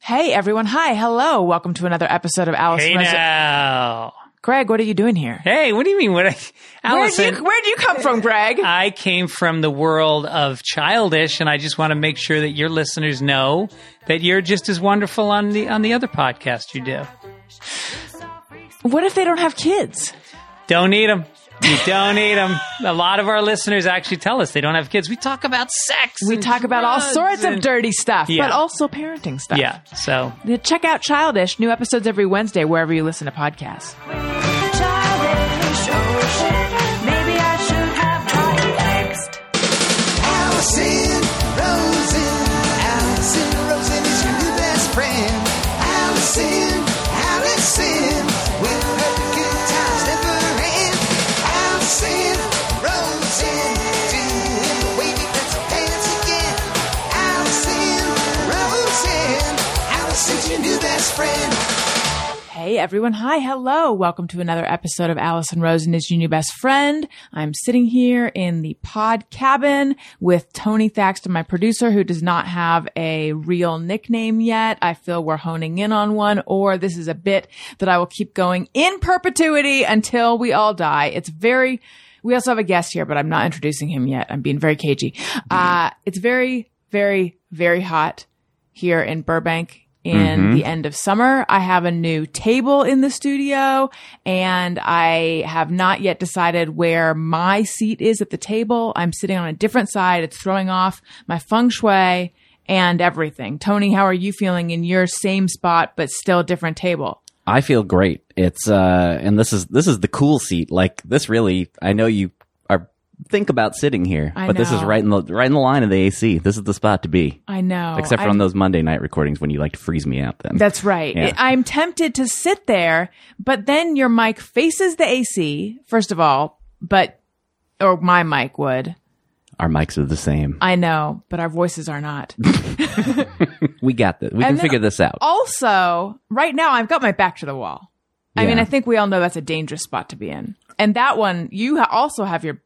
Hey everyone, hi, hello, welcome to another episode of Alice. Hey in Res- now. Greg, what are you doing here? Hey, what do you mean? What I, Allison, Uh, Where'd you Where'd you come from, Greg? I came from the world of childish, and I just want to make sure that your listeners know that you're just as wonderful on the on the other podcast you do. What if they don't have kids? Don't need them. You don't need them. A lot of our listeners actually tell us they don't have kids. We talk about sex. We and talk about all drugs sorts of and- dirty stuff, Yeah. but also parenting stuff. Yeah. So Yeah, Check out Childish, new episodes every Wednesday wherever you listen to podcasts. Childish, oh shit. Maybe I should have gotten fixed. Allison Rosen. Allison Rosen is your new best friend. Allison, Allison, we'll let the good times never end. Allison Rosen, do it the way we got to dance again. Allison Rosen, Allison's your new best friend. Hey everyone, hi, hello, welcome to another episode of Allison Rosen is your new best friend. I'm sitting here in the pod cabin with Tony Thaxton, my producer, who does not have a real nickname yet. I feel we're honing in on one, or this is a bit that I will keep going in perpetuity until we all die. It's very, we also have a guest here, but I'm not introducing him yet. I'm being very cagey. Uh, it's very, very, very hot here in Burbank in Mm-hmm. the end of summer. I have a new table in the studio and I have not yet decided where my seat is at the table. I'm sitting on a different side. It's throwing off my feng shui and everything. Tony, how are you feeling in your same spot but still different table? I feel great. It's uh and this is this is the cool seat. Like this really I know you are think about sitting here, I but this is know. right in the right in the line of the AC. This is the spot to be. Oh, I know. Except for I'm- on those Monday night recordings when you like to freeze me out then. That's right. Yeah. I'm tempted to sit there, but then your mic faces the AC, first of all, but, or my mic would. Our mics are the same. I know, but our voices are not. we got this. We can then- figure this out. oh, also, right now I've got my back to the wall. I Yeah. mean, I think we all know that's a dangerous spot to be in. And that one, you ha- also have your.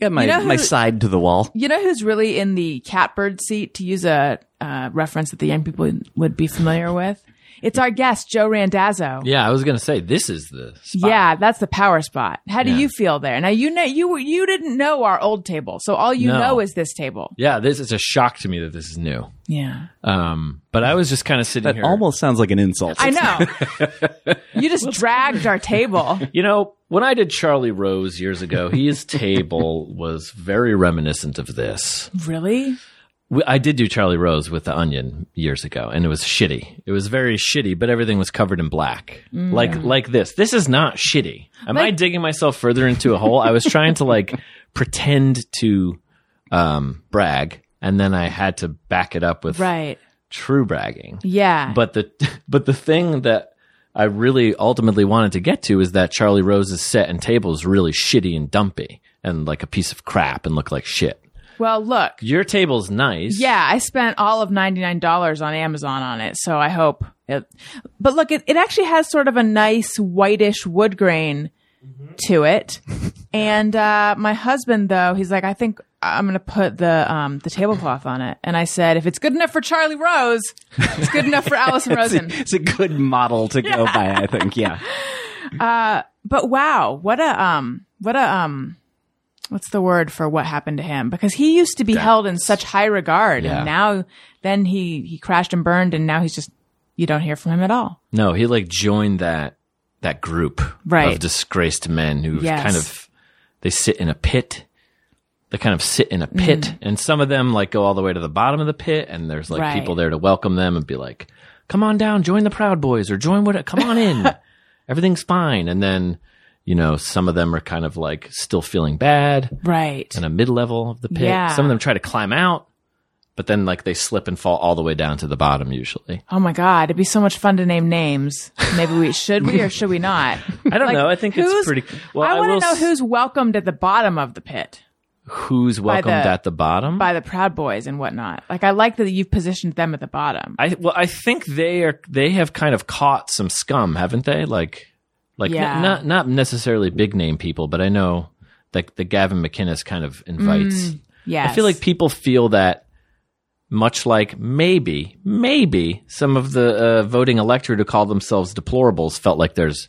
Got my you know my who- side to the wall. You know who's really in the catbird seat, to use a uh, reference that the young people would be familiar with? It's our guest, Joe Randazzo. Yeah, I was gonna say this is the spot. Yeah, that's the power spot. How do Yeah. you feel there? Now you know you were- you didn't know our old table, so all you No. know is this table. Yeah, this is a shock to me that this is new. Yeah, Um, but I was just kind of sitting That here. almost sounds like an insult. I know. you just dragged our table. you know, when I did Charlie Rose years ago, his table was very reminiscent of this. Really? We- I did do Charlie Rose with the Onion years ago, and it was shitty. It was very shitty, but everything was covered in black, like like this. This is not shitty. Am I Mm. Like- digging myself further into a hole? I was trying to like pretend to um, brag, and then I had to back it up with Right. true bragging. Yeah. but the but the thing that I really ultimately wanted to get to is that Charlie Rose's set and table is really shitty and dumpy and like a piece of crap and look like shit. well, look. Your table's nice. Yeah, I spent all of ninety nine dollars on Amazon on it, so I hope it. But look, it, it actually has sort of a nice whitish wood grain to it. and uh, my husband, though, he's like, I think I'm gonna put the um, the tablecloth on it. And I said, if it's good enough for Charlie Rose, it's good enough for Allison It's a, Rosen. it's a good model to go by, I think. Yeah. But wow, what a um, what a um. What's the word for what happened to him? Because he used to be held in such high regard, Yeah. and now then he he crashed and burned, and now he's just you don't hear from him at all. No, he like joined that that group Right. of disgraced men who Yes. kind of they sit in a pit. They kind of sit Mm-hmm. in a pit, and some of them like go all the way to the bottom of the pit, and there's like Right. people there to welcome them and be like, "Come on down, join the Proud Boys, or join what? Come on in, everything's fine." And then you know some of them are kind of like still feeling bad Right. in a mid level of the pit. Yeah. Some of them try to climb out, but then like they slip and fall all the way down to the bottom usually. Oh my God. It'd be so much fun to name names. Maybe we should we or should we not? I don't Like, know. I think it's who's- pretty. Well, I, want will to know s- who's welcomed at the bottom of the pit who's welcomed the- at the bottom. by the Proud Boys and whatnot. Like, I like that you've positioned them at the bottom. I well, I think they are. They have kind of caught some scum, haven't they? Like, like n- Yeah. not not necessarily big name people, but I know like the Gavin McInnes kind of invites. Mm, Yes. I feel like people feel that much like maybe, maybe some of the uh, voting electorate who call themselves deplorables felt like there's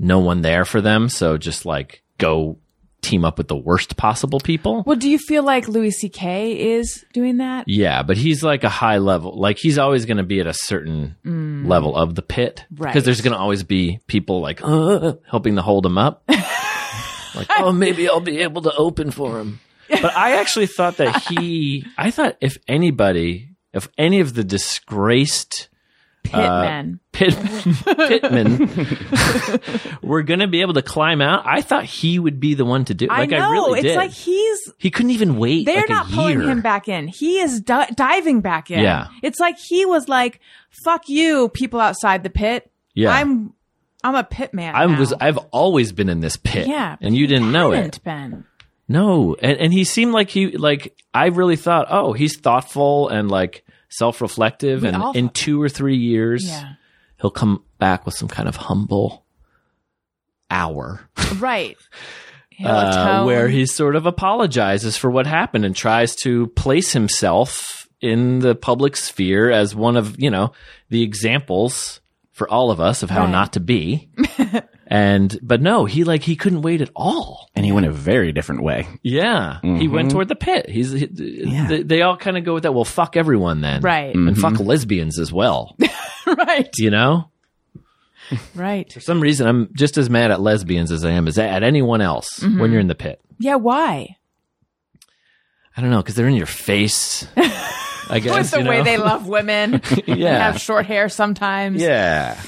no one there for them. So just like go team up with the worst possible people. Well, do you feel like Louis C.K. is doing that? Yeah, but he's like a high level. Like he's always going to be at a certain level of the pit Mm. Right. because there's going to always be people like uh, helping to hold him up. like, oh, maybe I'll be able to open for him. But I actually thought that he. I thought if anybody, if any of the disgraced Uh, Pitman. pit, pitmen were going to be able to climb out, I thought he would be the one to do. it. I Like know. I really it's did. like he's. he couldn't even wait. They're like not a pulling year. him back in. He is di- diving back in. Yeah. It's like he was like, "Fuck you, people outside the pit. Yeah. I'm, I'm a pit man. I now." was I've always been in this pit. Yeah, And you didn't know it. haven't been. No. And and he seemed like he like I really thought, oh, he's thoughtful and like self reflective We and all in thought- two or three years Yeah. he'll come back with some kind of humble hour Right. He'll uh, atone. where he sort of apologizes for what happened and tries to place himself in the public sphere as one of you know the examples for all of us of how Right. not to be and but no he like he couldn't wait at all And he went a very different way. yeah he went toward the pit he's he, they, they all kind of go with that well fuck everyone then Right. and fuck lesbians as well right. you know Right. for some reason i'm just as mad at lesbians as i am as at anyone else Mm-hmm. when you're in the pit Yeah. Why? I don't know because they're in your face. I guess With the you way know? they love women. yeah Have short hair sometimes. yeah.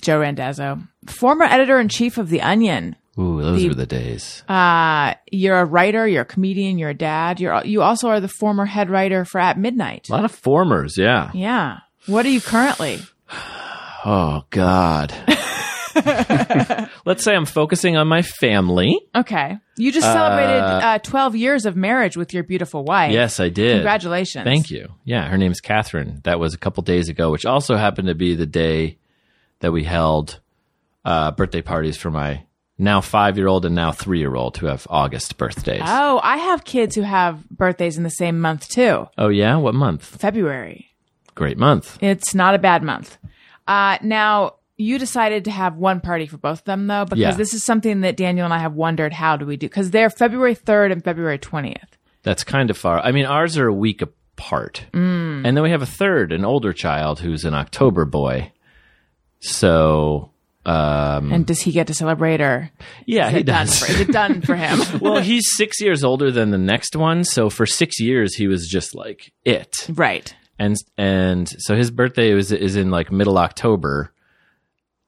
Joe Randazzo, former editor in chief of The Onion. Ooh, those were the days. Uh, you're a writer, you're a comedian, you're a dad. You're you also are the former head writer for At Midnight. a lot of formers, yeah. Yeah. What are you currently? Oh God. Let's say I'm focusing on my family. Okay. You just celebrated uh, 12 years of marriage with your beautiful wife. Yes, I did. Congratulations. Thank you. Yeah, her name's Catherine. That was a couple days ago, which also happened to be the day that we held uh, birthday parties for my now five-year-old and now three-year-old who have August birthdays. Oh, I have kids who have birthdays in the same month too. oh yeah, what month? February. Great month. It's not a bad month. Uh, now, you decided to have one party for both of them, though, because Yeah. this is something that Daniel and I have wondered how do we do? Because they're February 3rd and February 20th. That's kind of far. I mean, ours are a week apart. Mm. And then we have a third, an older child who's an October boy. So, um, And does he get to celebrate or yeah, is he it done does. for- is it done for him? well, he's six years older than the next one. So for six years, he was just like it. right. And, and so his birthday was, is in like middle October.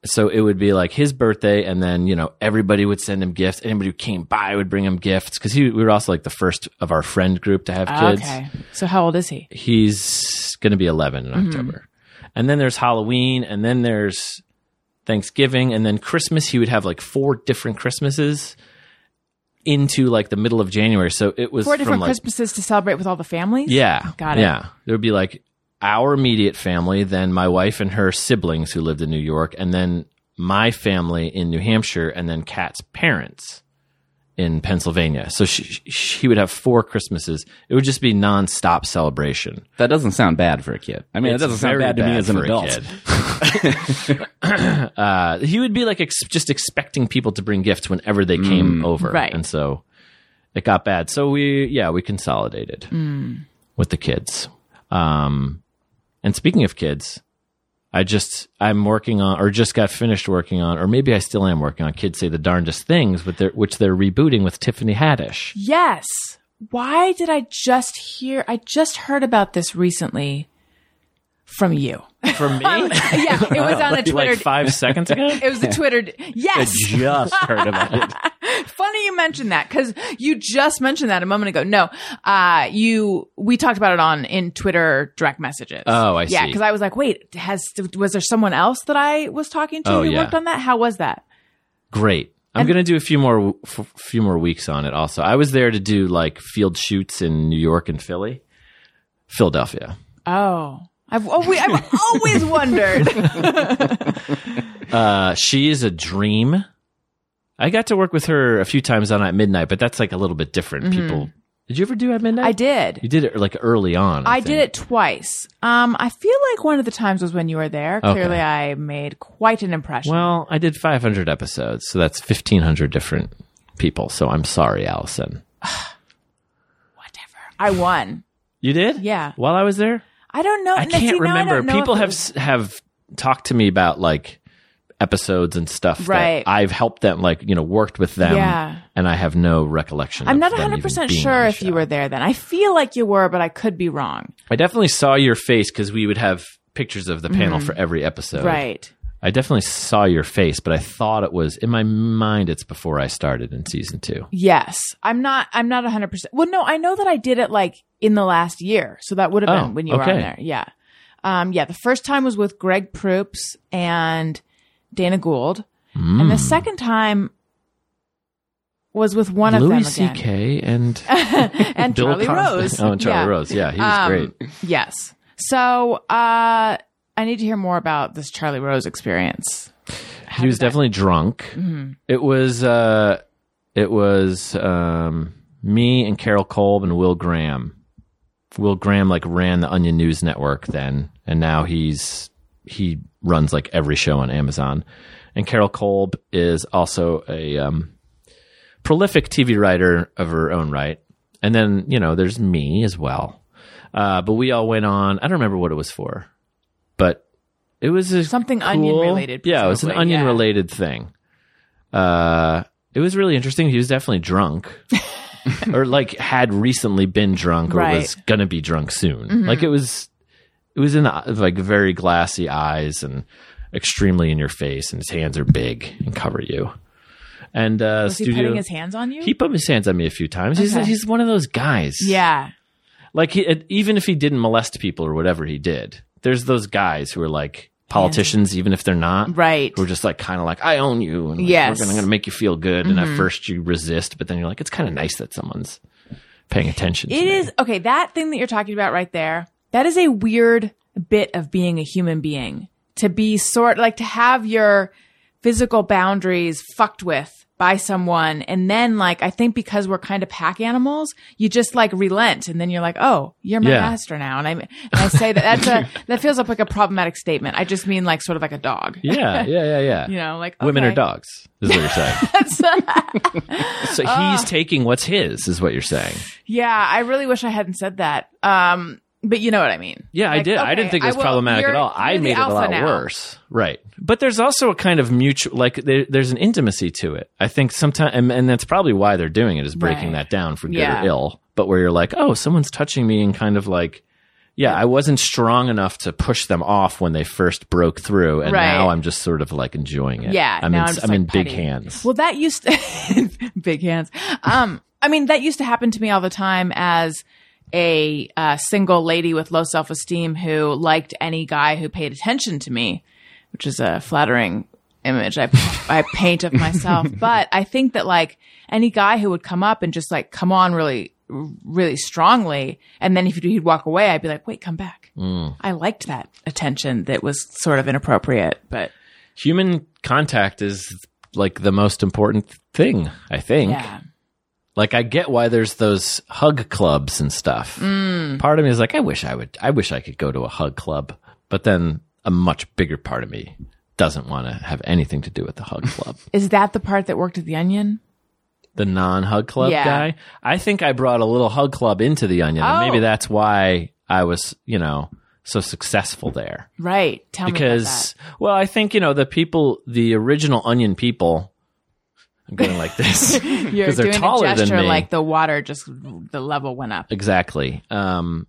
So it would be like his birthday, and then you know everybody would send him gifts. Anybody who came by would bring him gifts because we were also like the first of our friend group to have kids. Okay. So, how old is he? he's going to be 11 in Mm-hmm. October. And then there's Halloween, and then there's Thanksgiving, and then Christmas. He would have like four different Christmases into like the middle of January. So it was Four from different like, Christmases to celebrate with all the families? Oh, yeah, Got it. Yeah, there would be like our immediate family, then my wife and her siblings who lived in New York, and then my family in New Hampshire, and then Kat's parents in Pennsylvania. So she, she would have four Christmases. It would just be nonstop celebration. That doesn't sound bad for a kid. I mean, It's it doesn't sound very bad to me as an for a adult. kid. uh, he would be like ex- just expecting people to bring gifts whenever they came Mm. over, Right. And so it got bad. So we, yeah, we consolidated Mm. with the kids. Um, and speaking of kids, I just I'm working on, or just got finished working on, or maybe I still am working on. Kids say the darndest things, with their, which they're rebooting with Tiffany Haddish. Yes. Why did I just hear? I just heard about this recently from you. For me, like, yeah, it was on a Twitter. five seconds ago. it was a Twitter. Yes. Just heard about it. Funny you mentioned that because you just mentioned that a moment ago. No, uh, you we talked about it on in Twitter direct messages. Oh, I Yeah, see. because I was like, wait, has was there someone else that I was talking to Oh, who yeah. worked on that? How was that? great. I'm And- gonna do a few more f- few more weeks on it. Also, I was there to do like field shoots in New York and Philly, Philadelphia. Oh, I've always, I've always wondered. Uh, she is a dream. I got to work with her a few times on at midnight, but that's like a little bit different. People Did you ever do at midnight? Mm-hmm. I did. You did it like early on. I, I did think. it twice. Um, I feel like one of the times was when you were there. Okay. Clearly, I made quite an impression. Well, I did 500 episodes, so that's 1,500 different people. So I'm sorry, Allison. Whatever. I won. You did? Yeah. While I was there, I don't know. I now, see, can't now I remember. don't know People if it have was- s have talked to me about like episodes and stuff. Right. That I've helped them, like you know, worked with them. Yeah. And I have no recollection. I'm of not them even 100 percent being on sure the if show. you were there then. I feel like you were, but I could be wrong. I definitely saw your face because we would have pictures of the panel for every episode. Mm-hmm. Right. I definitely saw your face, but I thought it was in my mind. It's before I started in season two. Yes. I'm not. I'm not 100. percent Well, no. I know that I did it like in the last year, so that would have Oh, been when you were okay. on there. Yeah. Um. Yeah. The first time was with Greg Proops and Dana Gould, Mm. and the second time was with one of them Louis again. C.K. and and Bill Charlie Cosby. Rose. Oh, and Charlie Yeah. Rose. Yeah, he was Um, great. Yes. So uh, I need to hear more about this Charlie Rose experience. he was definitely drunk. It was uh, it was um, me and Carol Kolb and Will Graham. Will Graham like ran the Onion News Network then, and now he's he runs like every show on Amazon. And Carol Kolb is also a um, prolific TV writer of her own right. And then you know there's me as well. Uh, but we all went on. I don't remember what it was for, but it was a Something cool- onion-related, Yeah, it was an presumably, yeah. onion related thing. Uh, it was really interesting. He was definitely drunk, or like had recently been drunk, or Right. Mm-hmm. was gonna be drunk soon. Like it was, it was in the, like very glassy eyes and extremely in your face, and his hands are big and cover you. And uh, Was he studio, putting his hands on you? he put his hands on me a few times. Okay. He's he's one of those guys. yeah. Like he, it- even if he didn't molest people or whatever he did, there's those guys who are like politicians, even if they're not. Right. Who are just like kind of like I own you, and like, Yes. Mm-hmm. we're going to make you feel good. And at first you resist, but then you're like, it's kind of nice that someone's paying attention. to It me. is okay. That thing that you're talking about right there. That is a weird bit of being a human being to be sort like to have your physical boundaries fucked with by someone and then like i think because we're kind of pack animals you just like relent and then you're like oh you're my Yeah. master now and i and i say that that's a that feels up like a problematic statement i just mean like sort of like a dog Yeah, yeah, yeah, yeah. you know like Women okay. are dogs, is what you're saying. so he's Uh. taking what's his, is what you're saying. Yeah, I really wish I hadn't said that. Um, but you know what I mean. Yeah, I Like, did. I okay, didn't think it was will- problematic at you're- all. I you're the made it a alpha lot now. worse. Right. But there's also a kind of mutual, like, there, there's an intimacy to it. I think sometimes, and, and that's probably why they're doing it, is breaking Right. that down for good Yeah. or ill. But where you're like, oh, someone's touching me, and kind of like, yeah, I wasn't strong enough to push them off when they first broke through, and Right. now I'm just sort of like enjoying it. Yeah, I'm now in, I'm just, I'm like, in big petty. hands. Well, that used to big hands. Um, I mean, that used to happen to me all the time as a uh, single lady with low self esteem who liked any guy who paid attention to me, which is a flattering image I I paint of myself. but I think that like any guy who would come up and just like come on really really strongly, and then if he'd walk away, I'd be like, wait, come back. I liked that attention that was sort of inappropriate, but Human contact is like the most important thing, I think. yeah. Like I get why there's those hug clubs and stuff. Mm. Part of me is like, I wish I would, I wish I could go to a hug club, but then a much bigger part of me doesn't want to have anything to do with the hug club. Is that the part that worked at the Onion? the non-hug club Yeah. guy. I think I brought a little hug club into the onion, and Oh. maybe that's why I was, you know, so successful there. Right. Tell me about that. because well i think you know the people the original onion people i'm going like this You're because they're doing taller a gesture than me like the water just the level went up. exactly um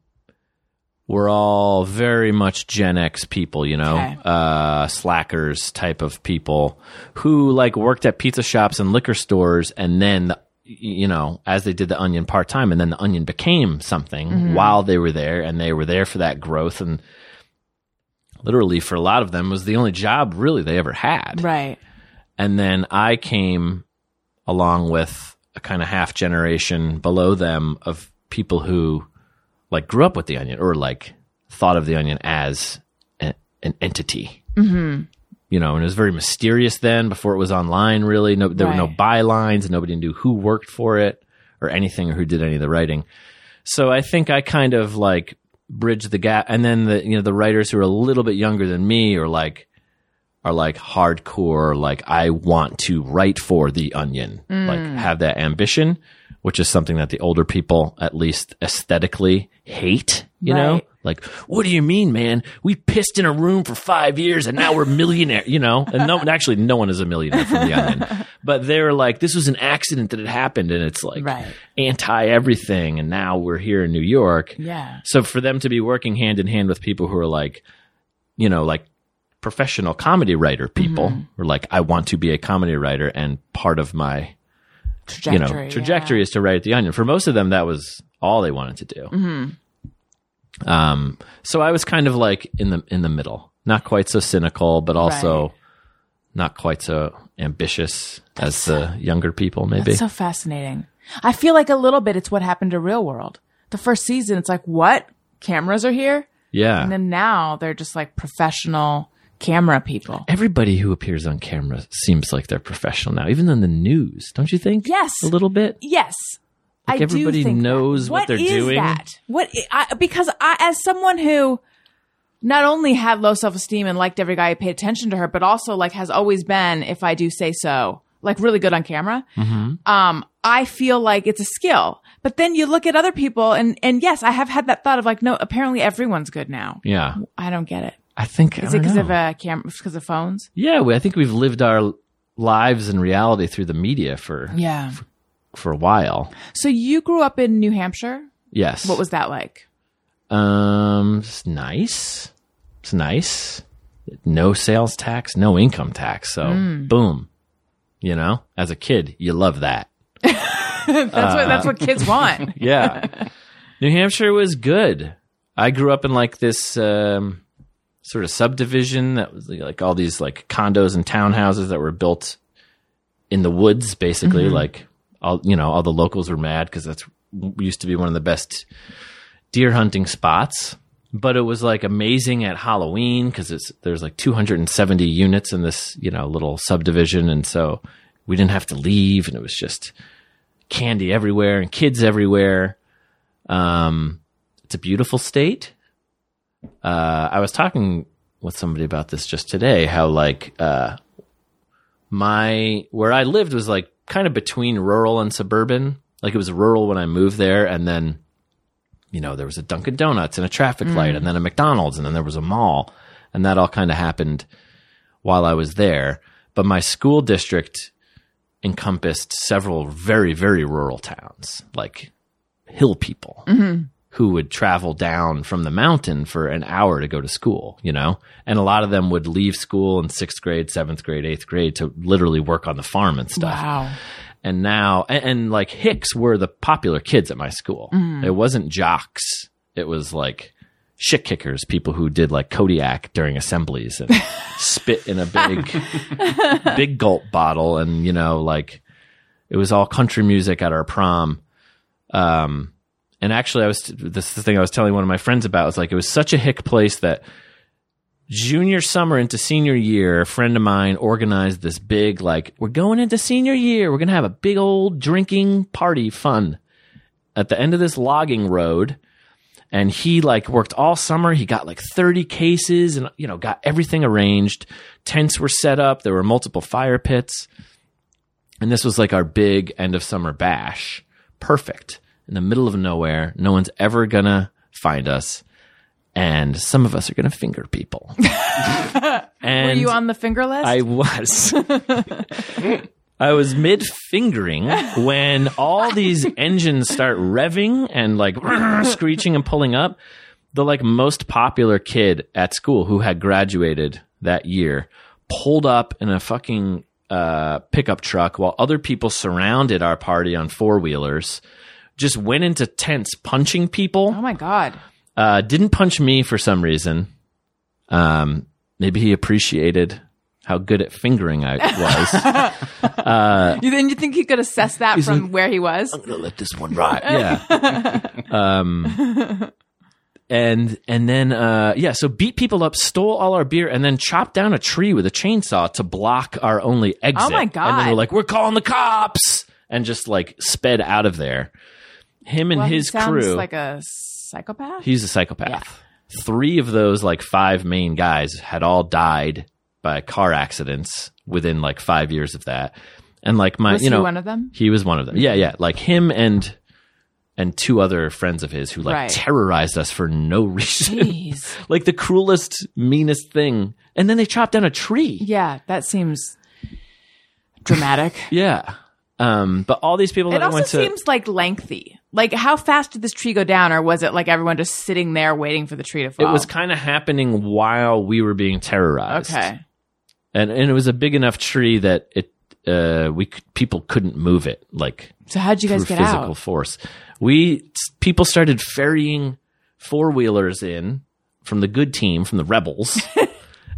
we're all very much gen x people you know Okay. uh slackers type of people who like worked at pizza shops and liquor stores and then you know as they did the onion part-time and then the onion became something while they were there and they were there for that growth and literally for a lot of them was the only job really they ever had Right. and then I came along with a kind of half generation below them of people who like grew up with the onion or like thought of the onion as a, an entity. Mm-hmm. You know, and it was very mysterious then before it was online, really. No, there were no Right. bylines and nobody knew who worked for it or anything or who did any of the writing. So I think I kind of like bridge the gap, and then the you know the writers who are a little bit younger than me are like are like hardcore, like I want to write for the Onion, Mm. like have that ambition, which is something that the older people, at least aesthetically, hate. You know, Right. like what do you mean, man? We pissed in a room for five years and now we're millionaire. You know, and no, actually, no one is a millionaire from the Onion, but they're like this was an accident that had happened, and it's like Right. anti everything, and now we're here in New York. Yeah. So for them to be working hand in hand with people who are like, you know, like professional comedy writer people Mm-hmm. who are like, I want to be a comedy writer and part of my you Trajectory. know trajectory is to write at the onion. For most of them that was all they wanted to do. Mm-hmm. Um so I was kind of like in the in the middle. Not quite so cynical, but also Right. not quite so ambitious as the younger people maybe. It's so fascinating. I feel like a little bit it's what happened to Real World. The first season, it's like, what? Cameras are here? yeah. And then now they're just like professional camera people. Everybody who appears on camera seems like they're professional now, even in the news, don't you think? Yes. A little bit. Yes. I everybody do think that. knows what they're is doing. That? What I, because I, as someone who not only had low self esteem and liked every guy who paid attention to her, but also like has always been, if I do say so, like really good on camera. Mm-hmm. Um, I feel like it's a skill. But then you look at other people, and and yes, I have had that thought of like, no, apparently everyone's good now. Yeah. I don't get it. I think. Is I don't it because know. of uh, cam? Because of phones? Yeah, we, I think we've lived our lives in reality through the media for Yeah. for a while. So you grew up in New Hampshire. Yes. What was that like? Um, it's nice. It's nice. No sales tax, no income tax. So Hmm. boom. You know, as a kid, you love that. That's what that's what kids want. Yeah. New Hampshire was good. I grew up in like this um, sort of subdivision that was like all these like condos and townhouses that were built in the woods, basically. Like all you know, all the locals were mad because that's used to be one of the best deer hunting spots. But it was like amazing at Halloween because it's there's like 270 units in this you know little subdivision, and so we didn't have to leave, and it was just candy everywhere and kids everywhere. Um, it's a beautiful state. Uh, I was talking with somebody about this just today. How like uh, my where I lived was like kind of between rural and suburban. Like it was rural when I moved there, and then you know there was a Dunkin' Donuts and a traffic light, and then a McDonald's, and then there was a mall, and that all kind of happened while I was there. But my school district encompassed several very, very rural towns, like hill people who would travel down from the mountain for an hour to go to school, you know? And a lot of them would leave school in sixth grade, seventh grade, eighth grade to literally work on the farm and stuff Wow. and now and, and, like hicks were the popular kids at my school it wasn't jocks it was like shit kickers people who did like kodiak during assemblies and spit in a big big gulp bottle and you know like it was all country music at our prom um and actually i was this is the thing i was telling one of my friends about was like it was such a hick place that junior summer into senior year, a friend of mine organized this big, like, we're going into senior year. We're going to have a big old drinking party fun at the end of this logging road. And he like worked all summer. He got like 30 cases and, you know, got everything arranged. Tents were set up. There were multiple fire pits. And this was like our big end of summer bash. Perfect. In the middle of nowhere. No one's ever going to find us. And some of us are going to finger people. and Were you on the finger list? I was. I was mid fingering when all these engines start revving and like screeching and pulling up. The like most popular kid at school who had graduated that year pulled up in a fucking uh, pickup truck while other people surrounded our party on four wheelers. Just went into tents punching people oh my god. uh, didn't punch me for some reason. Um, maybe he appreciated how good at fingering I was. You then you think he could assess that from where he was? Let this one ride. Yeah. um, and and then uh, yeah, so beat people up, stole all our beer, and then chopped down a tree with a chainsaw to block our only exit. my Oh And then God. we're like, we're calling the cops. and just like sped out of there. Him and Well, he his sounds crew. like a psychopath. He's a psychopath. Three of those like five main guys had all died by car accidents within like five years of that. And like my, Was you know, he one of them? he was one of them. Yeah, yeah. Like him and and two other friends of his who like Right. terrorized us for no reason. Jeez. like the cruelest, meanest thing. And then they chopped down a tree. Yeah, that seems dramatic. Yeah. Um, but all these people it that I also went to seems like lengthy. Like, how fast did this tree go down, or was it like everyone just sitting there waiting for the tree to it fall? was kind of happening while we were being terrorized. okay. and and it was a big enough tree that it uh we c- people couldn't move it like So how'd you guys through get physical out? force. We s- people started ferrying four wheelers in from the good team from the rebels,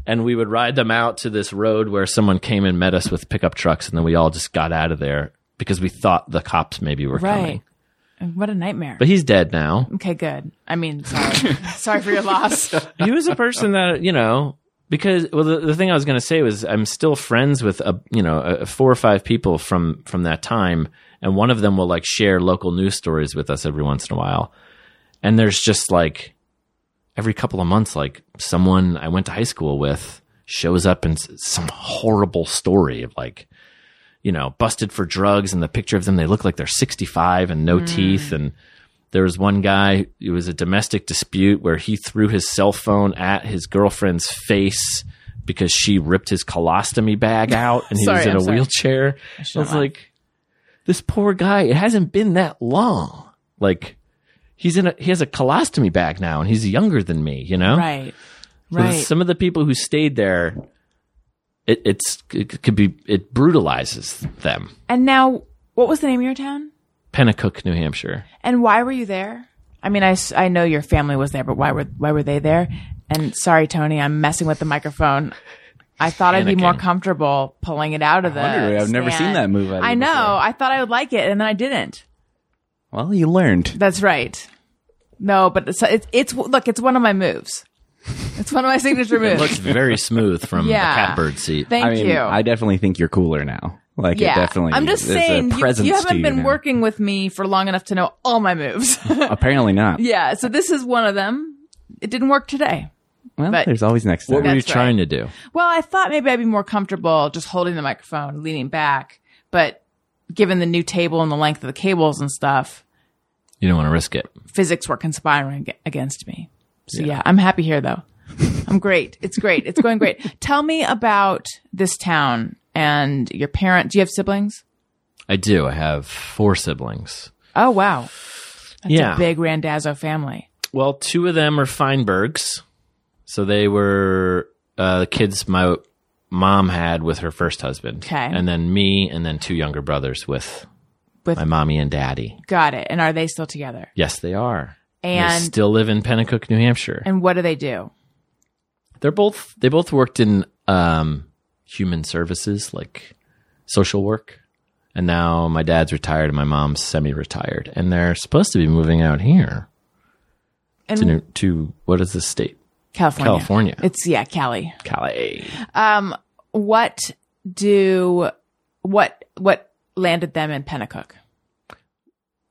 and we would ride them out to this road where someone came and met us with pickup trucks, and then we all just got out of there because we thought the cops maybe were Right. coming. And What a nightmare. But he's dead now. okay, good. I mean, sorry, sorry for your loss. he was a person that you know because well the, the thing i was going to say was i'm still friends with a you know a, four or five people from from that time and one of them will like share local news stories with us every once in a while and there's just like every couple of months like someone i went to high school with shows up and s- some horrible story of like you know busted for drugs and the picture of them they look like they're 65 and Mm. no teeth and there was one guy it was a domestic dispute where he threw his cell phone at his girlfriend's face because she ripped his colostomy bag out and he was Sorry, I'm in a sorry. wheelchair i was like this poor guy it hasn't been that long like he's in a he has a colostomy bag now and he's younger than me you know Right. So Right. some of the people who stayed there it, it's it could be it brutalizes them and now, what was the name of your town? Pennacook, New Hampshire. And why were you there? I mean, I, s- I know your family was there, but why were why were they there? And sorry, Tony, I'm messing with the microphone. I thought I'd be more Panicking. comfortable pulling it out of the. wondered. I've never stand. seen that move out of I you know. before. I thought I would like it, and then I didn't. Well, you learned. That's right. No, but it's it's, it's look, it's one of my moves. It's one of my signature It moves. looks very smooth from Yeah. the catbird seat. Thank I mean, you. I definitely think you're cooler now. Like, it definitely. I'm just is saying, a you, presence you to haven't been now. working with me for long enough to know all my moves. Apparently not. yeah, so this is one of them. It didn't work today. Well, but- there's always next what time. were you That's right. trying to do? Well, I thought maybe I'd be more comfortable just holding the microphone, leaning back, but given the new table and the length of the cables and stuff, You don't want to risk it. physics were conspiring ag- against me. So yeah, I'm happy here though. I'm great. It's great. It's going great. Tell me about this town and your parents. Do you have siblings? I do. I have four siblings. Oh wow, that's yeah. a big Randazzo family. Well, two of them are Feinbergs. So they were uh, the kids my mom had with her first husband. Okay. And then me and then two younger brothers with, With- my mommy and daddy. Got it. And are they still together? Yes, they are. they And still live in Pennacook, New Hampshire. and what do they do? They're both they both worked in um, human services, like social work. And now my dad's retired and my mom's semi-retired, and they're supposed to be moving out here And to New, to what is the state? California. California. It's yeah, Cali. Calais. What do what what landed them in Pennacook?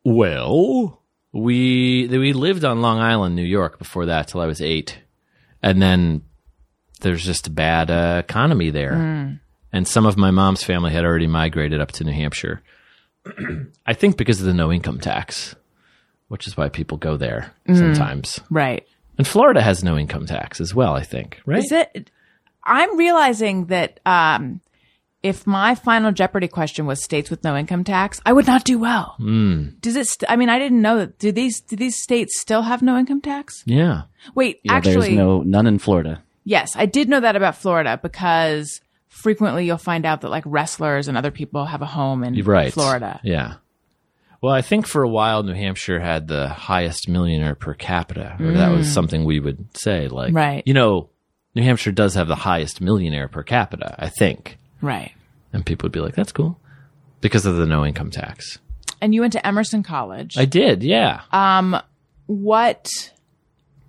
Well, we we lived on Long Island, New York before that till I was 8. And then there's just a bad uh, economy there. Hmm. And some of my mom's family had already migrated up to New Hampshire. I think because of the no income tax, which is why people go there Hmm. sometimes. Right. And Florida has no income tax as well, I think, right? Is it? I'm realizing that um, if my final Jeopardy question was states with no income tax, I would not do well. Does it? St- I mean, I didn't know that. Do these do these states still have no income tax? Yeah. Wait, Yeah, actually, there's no none in Florida. yes, I did know that about Florida because frequently you'll find out that like wrestlers and other people have a home in You're right. Florida. Yeah. Well, I think for a while New Hampshire had the highest millionaire per capita, or that was something we would say. Like, Mm. Right. You know, New Hampshire does have the highest millionaire per capita, I think, Right. and people would be like, "That's cool," because of the no income tax. And you went to Emerson College. I did, yeah. Uh what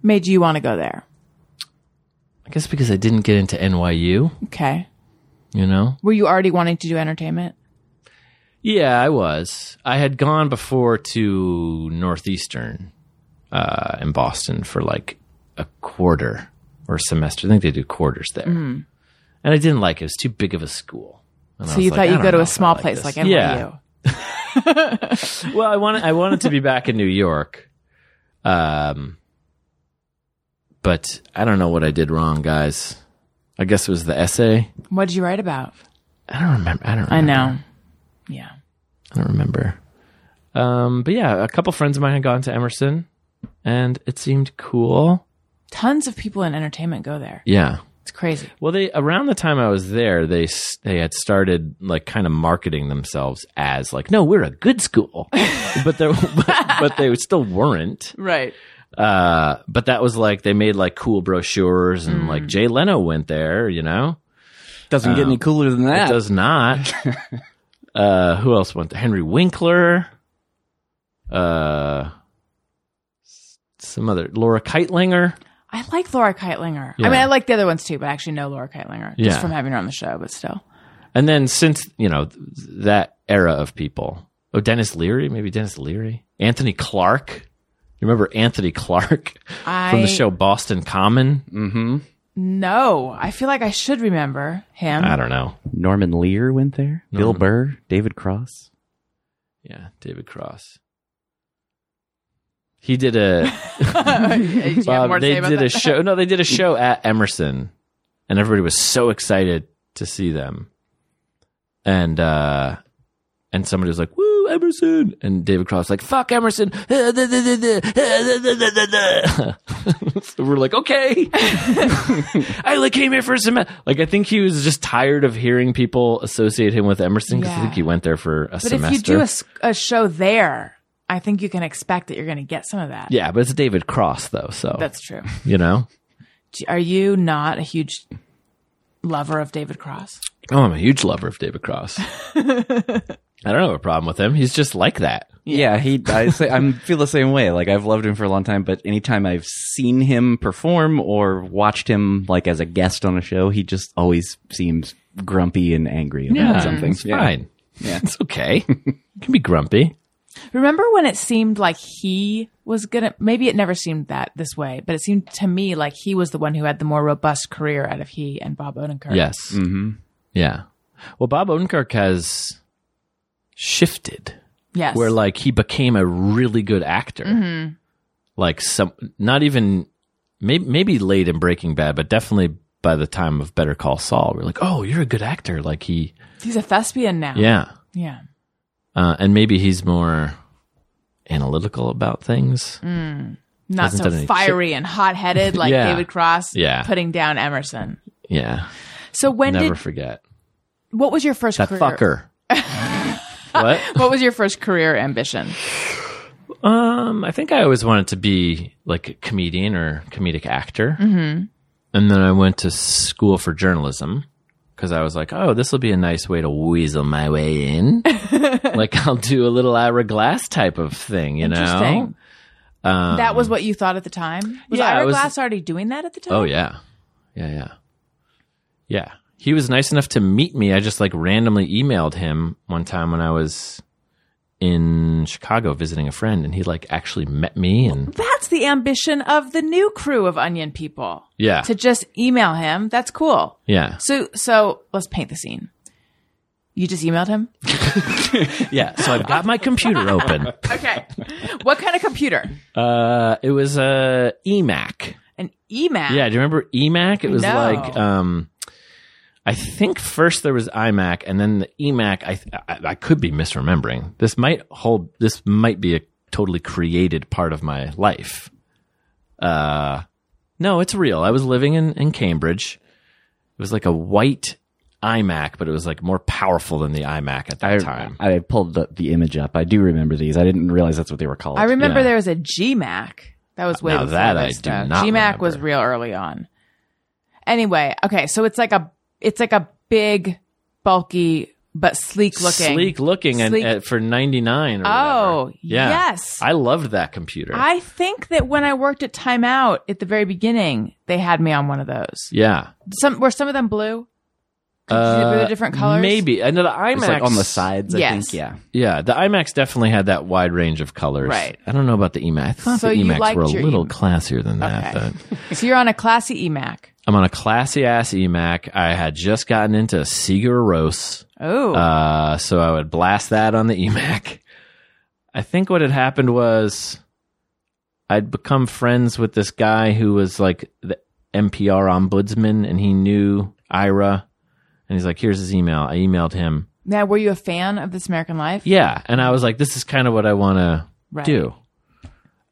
made you want to go there? I guess because I didn't get into NYU, Okay. you know. Were you already wanting to do entertainment? Yeah, I was. I had gone before to Northeastern uh, in Boston for like a quarter or a semester. I think they do quarters there. And I didn't like it. It was too big of a school. And Mm-hmm. I So was you like, thought I you'd don't go to know a if I small like place this. like NYU. Yeah. Well, I wanted I wanted to be back in New York. Um but I don't know what I did wrong, guys. I guess it was the essay. What'd you write about? I don't remember. I don't remember. I know. Yeah. I don't remember. Um, but yeah, a couple friends of mine had gone to Emerson, and it seemed cool. Tons of people in entertainment go there. Yeah. It's crazy. Well, they around the time I was there, they s- they had started like kind of marketing themselves as like, no, we're a good school, but they but, but they still weren't. Right. Uh, but that was like they made like cool brochures and like Jay Leno went there, you know. Doesn't get any cooler than It that. does not. uh, who else went? there? Henry Winkler. Uh, s- some other Laura Keitlinger. I like Laura Keitlinger. Yeah. I mean, I like the other ones too, but I actually know Laura Keitlinger just Yeah. from having her on the show, but still. And then since you know th- that era of people, oh Dennis Leary, maybe Dennis Leary, Anthony Clark. You remember Anthony Clark I from the show Boston Common? No, I feel like I should remember him. I don't know. Norman Lear went there. Bill Norman- Burr, David Cross. Yeah, David Cross. He did a You have Bob, more to they say about did a that? show. No, they did a show at Emerson, and everybody was so excited to see them. And uh, and somebody was like, "Woo, Emerson!" And David Cross was like, "Fuck Emerson!" so we're like, "Okay." I like came here for a semester. Like, I think he was just tired of hearing people associate him with Emerson because I Yeah. think he went there for a But semester. if you do a s- a, show there, I think you can expect that you're going to get some of that. yeah, but it's David Cross though, so That's true. you know. Do- Are you not a huge lover of David Cross? Oh, I'm a huge lover of David Cross. I don't have a problem with him. He's just like that. Yeah, he. I say, I'm feel the same way. Like I've loved him for a long time, but anytime I've seen him perform or watched him like as a guest on a show, he just always seems grumpy and angry about something. It's fine. Yeah. It's okay. You can be grumpy. Remember when it seemed like he was going to, maybe it never seemed that this way, but it seemed to me like he was the one who had the more robust career out of he and Bob Odenkirk. Yes. Mm-hmm. Yeah. Well, Bob Odenkirk has shifted Yes. where like he became a really good actor. Like some, not even, maybe, maybe late in Breaking Bad, but definitely by the time of Better Call Saul, we're like, oh, you're a good actor. Like he, He's a thespian now. yeah. Yeah. uh, and maybe he's more analytical about things. Mm. Not Hasn't so done any- fiery and hot headed like Yeah. David Cross Yeah. putting down Emerson. Yeah, So when never did, forget what was your first that career? fucker. what? What was your first career ambition? Um, I think I always wanted to be like a comedian or comedic actor, mm-hmm. and then I went to school for journalism because I was like, oh, this will be a nice way to weasel my way in. like I'll do a little Ira Glass type of thing, you know? Interesting. that was what you thought at the time. Was um, yeah, Ira I was- Glass already doing that at the time? Oh yeah. Yeah, yeah. Yeah. He was nice enough to meet me. I just like randomly emailed him one time when I was in Chicago visiting a friend and he like actually met me and That's the ambition of the new crew of Onion People. yeah. To just email him. That's cool. Yeah. So so let's paint the scene. You just emailed him? Yeah. So I've got my computer open. Okay. what kind of computer? Uh E it was a EMAC. An E email. Yeah, do you remember EMAC? It was No. like um I think first there was iMac and then the EMAC I, th- I I could be misremembering. This might hold this might be a totally created part of my life. Uh no, it's real. I was living in in Cambridge. It was like a white iMac, but it was like more powerful than the iMac at that time. I pulled the, the image up. I do remember these. I didn't realize that's what they were called. I remember Yeah. there was a GMAC. That was way Now before that I this, do though. not GMAC was remember. real early on. Anyway, okay, so it's like a it's like a big, bulky but sleek looking. Sleek looking and Sleek. uh, for 99 or Oh, whatever. Yeah. yes. I loved that computer. I think that when I worked at Time Out at the very beginning, they had me on one of those. yeah. Some were some of them blue. Could you do the different colors? Uh, Maybe. And the IMAX It's like on the sides, I Yes. think. Yeah. Yeah, the IMAX definitely had that wide range of colors. Right. I don't know about the EMAX. I thought So the you EMAX liked were a your little EMAX. classier than that. Okay. but- So you're on a classy E EMAC. I'm on a classy ass EMAC. I had just gotten into Seeger Rose, Oh, uh, so I would blast that on the EMAC. I think what had happened was I'd become friends with this guy who was like the NPR ombudsman, and he knew Ira, and he's like, "Here's his email." I emailed him. now were you a fan of This American Life? Yeah, and I was like, "This is kind of what I want to Right. do."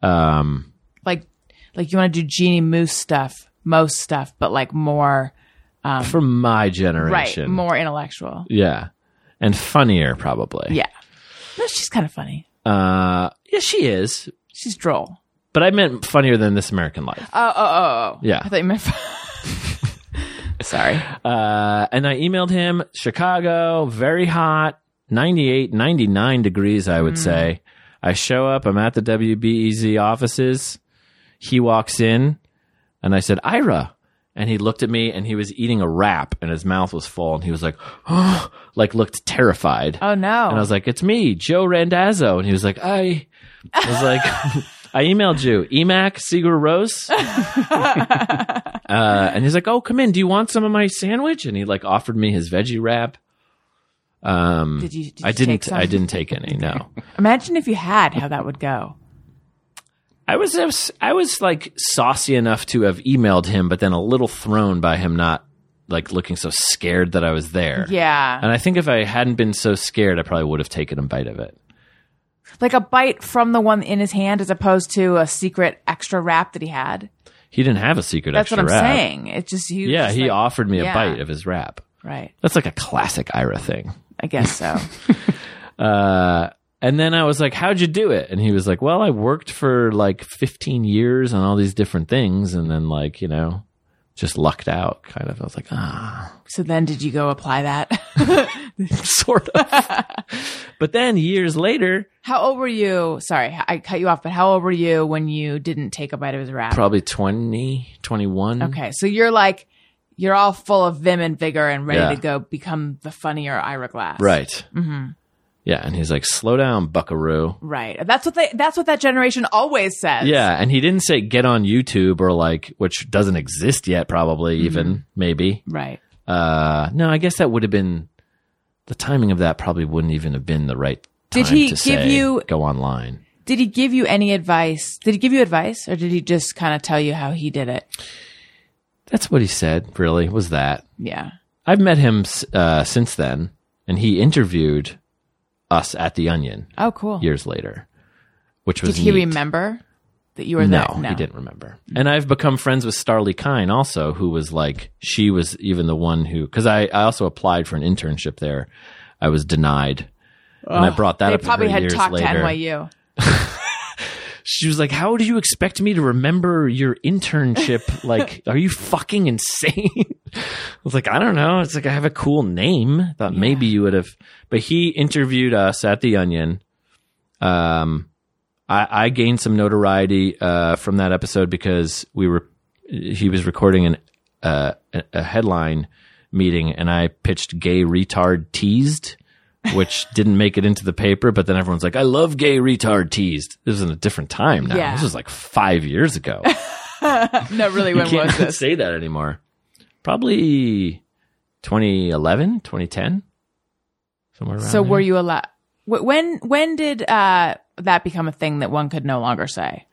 Um. Like, like you want to do Genie Moose stuff, most stuff, but like more, for my Um, right, generation. more intellectual. Yeah. And funnier, probably. Yeah, no, she's kind of funny. Yeah. Uh, yeah, she is. She's droll. But I meant funnier than This American Life. Oh, oh, oh, oh. Yeah. I thought you meant. Sorry. Uh, and I emailed him Chicago, very hot, 98, 99 degrees, I would say. I show up, I'm at the WBEZ offices. He walks in, and I said, Ira. And he looked at me, and he was eating a wrap, and his mouth was full, and he was like, like looked terrified. Oh no. And I was like, it's me, Joe Randazzo. And he was like, I, I was like, I emailed you, Emac Sigur Rose. uh, and he's like, oh, come in. Do you want some of my sandwich? And he like offered me his veggie wrap. Um, Did you- did I you take didn't, some? I didn't take any. No, Imagine if you had, how that would go. I was, I was, I was like saucy enough to have emailed him, but then a little thrown by him not like looking so scared that I was there. Yeah. And I think if I hadn't been so scared, I probably would have taken a bite of it. like a bite from the one in his hand as opposed to a secret extra wrap that he had. He didn't have a secret That's extra what I'm wrap. saying. It's just you. Yeah, just he like- offered me yeah. a bite of his wrap. Right. That's like a classic Ira thing. I guess so. Uh, and then I was like, "How'd you do it?" And he was like, "Well, I worked for like 15 years on all these different things, and then like you know, just lucked out, kind of." I was like, "Ah, so then, did you go apply that? sort of." but then years later, how old were you? Sorry, I cut you off. But how old were you when you didn't take a bite of his wrap? probably 20, 21. Okay, so you're like you're all full of vim and vigor and ready Yeah. to go become the funnier Ira Glass. right? Mm-hmm. Yeah, and he's like, "Slow down, Buckaroo." Right. That's what they. That's what that generation always says. Yeah, and he didn't say get on YouTube or like, which doesn't exist yet, probably Mm-hmm. even maybe. Right. Uh, no, I guess that would have been the timing of that probably wouldn't even have been the right. Time Did he to give say, you- go online? Did he give you any advice? Did he give you advice, or did he just kind of tell you how he did it? That's what he said. Really, was that? Yeah. I've met him s- uh, since then, and he interviewed us at the Onion Oh, cool. years later, which was Did he neat. remember that you were no, there? he didn't remember. And I've become friends with Starly Kine also, who was like, she was even the one who, because I, I also applied for an internship there. I was denied. and I brought that They up. to probably her had years talked later. to NYU. She was like, "How do you expect me to remember your internship? like, are you fucking insane?" I was like, "I don't know. It's like I have a cool name. I thought maybe you would have." But he interviewed us at the Onion. Um, I, I gained some notoriety uh, from that episode because we were he was recording an uh, a- a headline meeting, and I pitched "Gay retard teased." which didn't make it into the paper. But then everyone's like, I love gay retard teased. This is in a different time now. Yeah. This was like five years ago. No, really, when Can't was this? say that anymore. Probably 2011, 2010, somewhere around So there. were you allowed? When when did uh, that become a thing that one could no longer say?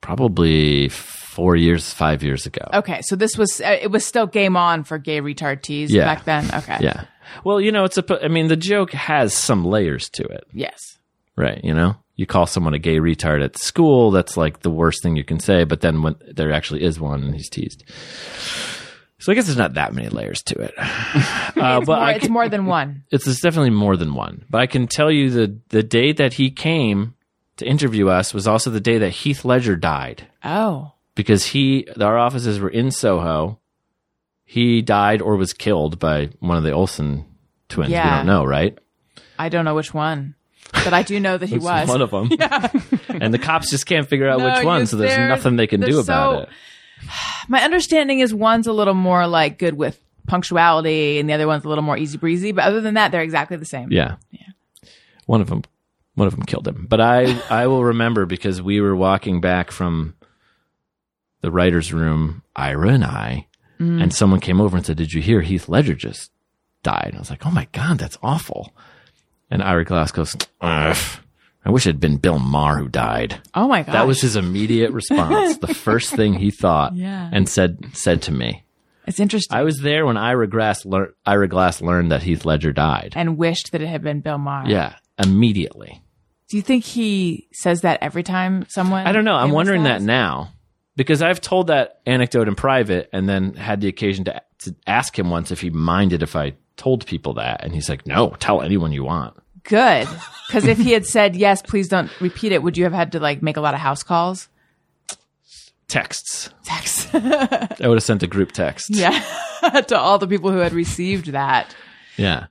Probably four years, five years ago. Okay, so this was uh, it was still game on for gay retardees Yeah. back then. Okay, Yeah. Well, you know, it's a, I mean, the joke has some layers to it. yes, Right. You know, you call someone a gay retard at school. That's like the worst thing you can say. But then when there actually is one and he's teased. So I guess there's not that many layers to it. Uh, but More- I it's can- more than one. it's, it's definitely more than one. But I can tell you the, the day that he came to interview us was also the day that Heath Ledger died Oh, because he, our offices were in Soho. He died or was killed by one of the Olsen twins. We Yeah. don't know, right? I don't know which one, but I do know that he It's was. one of them. and the cops just can't figure out No, which one, yes, so there's they're- nothing they can they're do about so- it. My understanding is one's a little more like good with punctuality, and the other one's a little more easy breezy. But other than that, they're exactly the same. Yeah. One of them one of them killed him. But I I will remember because we were walking back from the writers room, Ira and I, Mm. and someone came over and said, "Did you hear Heath Ledger just died?" And I was like, "Oh my god, that's awful." And Ira Glass goes, "Ugh, "I wish it had been Bill Maher who died." Oh my god. That was his immediate response. the first thing he thought Yeah. and said said to me. it's interesting. I was there when Ira Glass learned Ira Glass learned that Heath Ledger died. and wished that it had been Bill Maher. yeah, immediately. Do you think he says that every time someone? I don't know. I'm famous wondering dies? that now because I've told that anecdote in private and then had the occasion to, to ask him once if he minded if I told people that. And he's like, no, tell anyone you want. Good, because if he had said yes, please don't repeat it. Would you have had to like make a lot of house calls? Texts. Text. I would have sent a group text. yeah, to all the people who had received that. Yeah.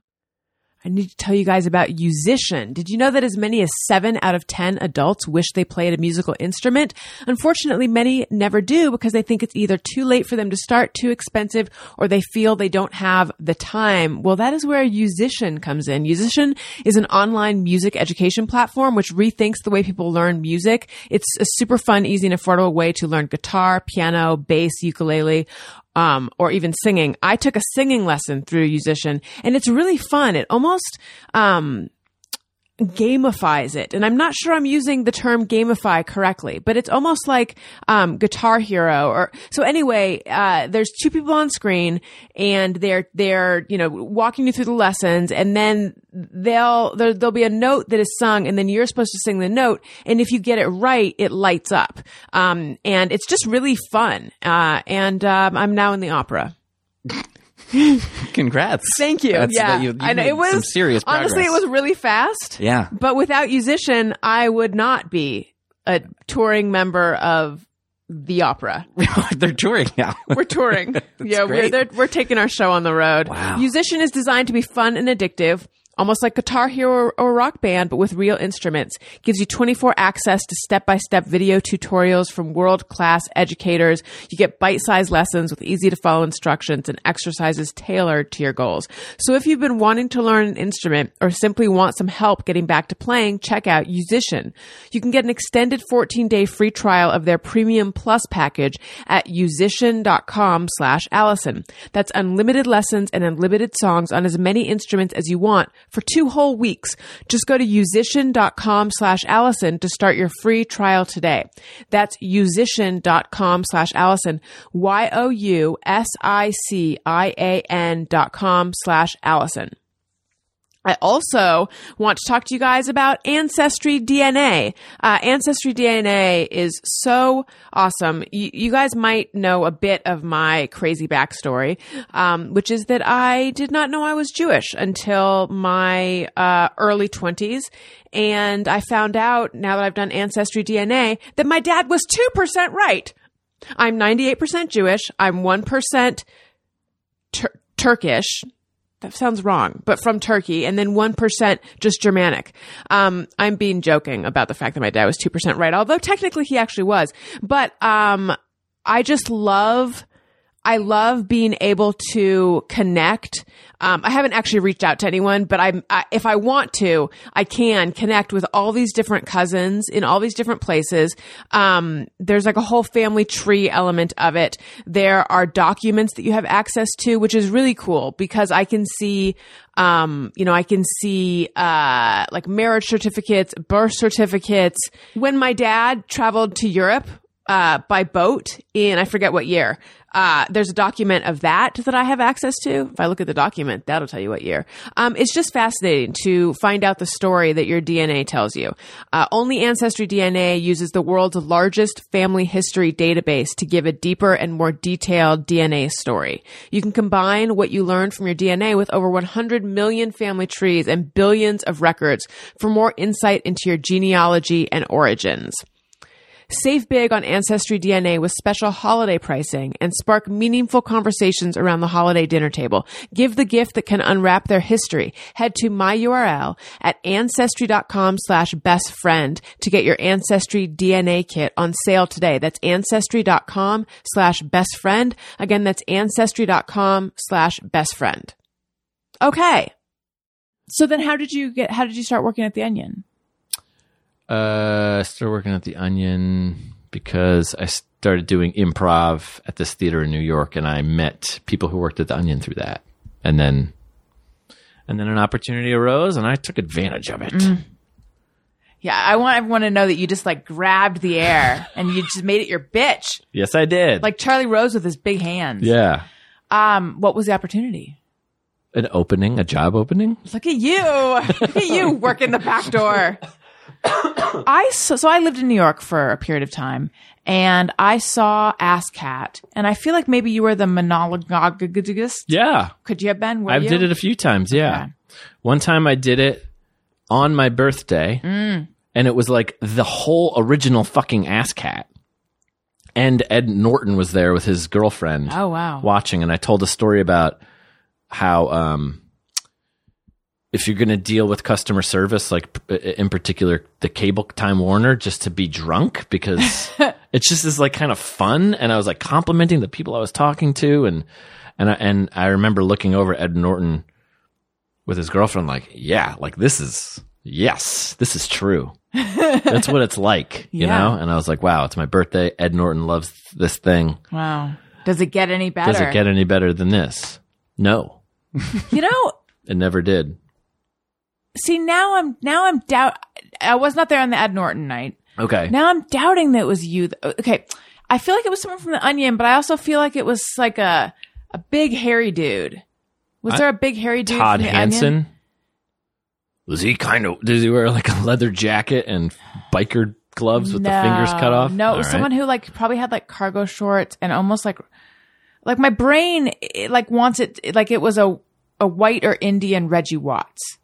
I need to tell you guys about Musician. Did you know that as many as seven out of 10 adults wish they played a musical instrument? Unfortunately, many never do because they think it's either too late for them to start, too expensive, or they feel they don't have the time. Well, that is where Musician comes in. Musician is an online music education platform which rethinks the way people learn music. It's a super fun, easy, and affordable way to learn guitar, piano, bass, ukulele, um, or even singing. I took a singing lesson through musician and it's really fun. It almost, um, gamifies it. And I'm not sure I'm using the term gamify correctly, but it's almost like, um, Guitar Hero or, so anyway, uh, there's two people on screen and they're, they're, you know, walking you through the lessons and then they'll, there, there'll be a note that is sung and then you're supposed to sing the note. And if you get it right, it lights up. Um, and it's just really fun. Uh, and, um, I'm now in the opera. Congrats. Thank you. That's- yeah, that you- you I know made it was some serious progress. Honestly, it was really fast. Yeah. But without musician, I would not be a touring member of the opera. They're touring now. We're touring. yeah, we're great. they're- we're taking our show on the road. Musician is designed to be fun and addictive. Almost like Guitar Hero or, or Rock Band, but with real instruments. Gives you 24 access to step-by-step video tutorials from world-class educators. You get bite-sized lessons with easy-to-follow instructions and exercises tailored to your goals. So if you've been wanting to learn an instrument or simply want some help getting back to playing, check out Musician. You can get an extended 14-day free trial of their Premium Plus package at musician.com slash Allison. That's unlimited lessons and unlimited songs on as many instruments as you want for two whole weeks. Just go to musician.com slash Allison to start your free trial today. That's musician.com slash Allison. Y-O-U-S-I-C-I-A-N dot com slash Allison. I also want to talk to you guys about Ancestry DNA. Uh, Ancestry DNA is so awesome. You, you guys might know a bit of my crazy backstory, um, which is that I did not know I was Jewish until my uh, early 20s. And I found out now that I've done Ancestry DNA that my dad was 2% right. I'm 98% Jewish. I'm 1% tur- Turkish, that sounds wrong, but from Turkey, and then 1% just Germanic. Um, I'm being joking about the fact that my dad was 2% right, although technically he actually was. But um, I just love. I love being able to connect. Um, I haven't actually reached out to anyone, but I'm, I, if I want to, I can connect with all these different cousins in all these different places. Um, there's like a whole family tree element of it. There are documents that you have access to, which is really cool because I can see, um, you know, I can see, uh, like marriage certificates, birth certificates. When my dad traveled to Europe, uh, by boat in I forget what year. Uh, there's a document of that that I have access to. If I look at the document, that'll tell you what year. Um, it's just fascinating to find out the story that your DNA tells you. Uh, only Ancestry DNA uses the world's largest family history database to give a deeper and more detailed DNA story. You can combine what you learned from your DNA with over 100 million family trees and billions of records for more insight into your genealogy and origins. Save big on Ancestry DNA with special holiday pricing and spark meaningful conversations around the holiday dinner table. Give the gift that can unwrap their history. Head to my URL at ancestry.com slash best friend to get your Ancestry DNA kit on sale today. That's ancestry.com slash best friend. Again, that's ancestry.com slash best friend. Okay. So then how did you get how did you start working at the Onion? Uh, I started working at the Onion because I started doing improv at this theater in New York, and I met people who worked at the Onion through that, and then, and then an opportunity arose, and I took advantage of it. Mm. Yeah, I want everyone to know that you just like grabbed the air and you just made it your bitch. Yes, I did. Like Charlie Rose with his big hands. yeah, Um, what was the opportunity? an opening, a job opening. Look at you. Look at you working the back door. I so, so I lived in New York for a period of time and I saw Ass Cat and I feel like maybe you were the monologist. Yeah, Could you have been? Were I you? did it a few times. Yeah. Okay. One time I did it on my birthday, Mm. and it was like the whole original fucking ass cat. And Ed Norton was there with his girlfriend Oh wow. watching, and I told a story about how um, if you're going to deal with customer service, like p- in particular the cable Time Warner, just to be drunk because it's just is like kind of fun. And I was like complimenting the people I was talking to, and and I, and I remember looking over at Ed Norton with his girlfriend, like, yeah, like this is yes, this is true. That's what it's like, you Yeah. know. And I was like, wow, it's my birthday. Ed Norton loves this thing. Wow. Does it get any better? Does it get any better than this? No, you know, it never did. see now I'm now I'm doubt I was not there on the Ed Norton night. Okay. Now I'm doubting that it was you. th- Okay. I feel like it was someone from the Onion, but I also feel like it was like a a big hairy dude. Was there a big hairy dude? Todd from the Onion? Hansen. Was he kind of? Did he wear like a leather jacket and biker gloves with the fingers cut off? No, it All was right. someone who like probably had like cargo shorts and almost like like my brain it, like wants it it- like it was a a white or Indian Reggie Watts.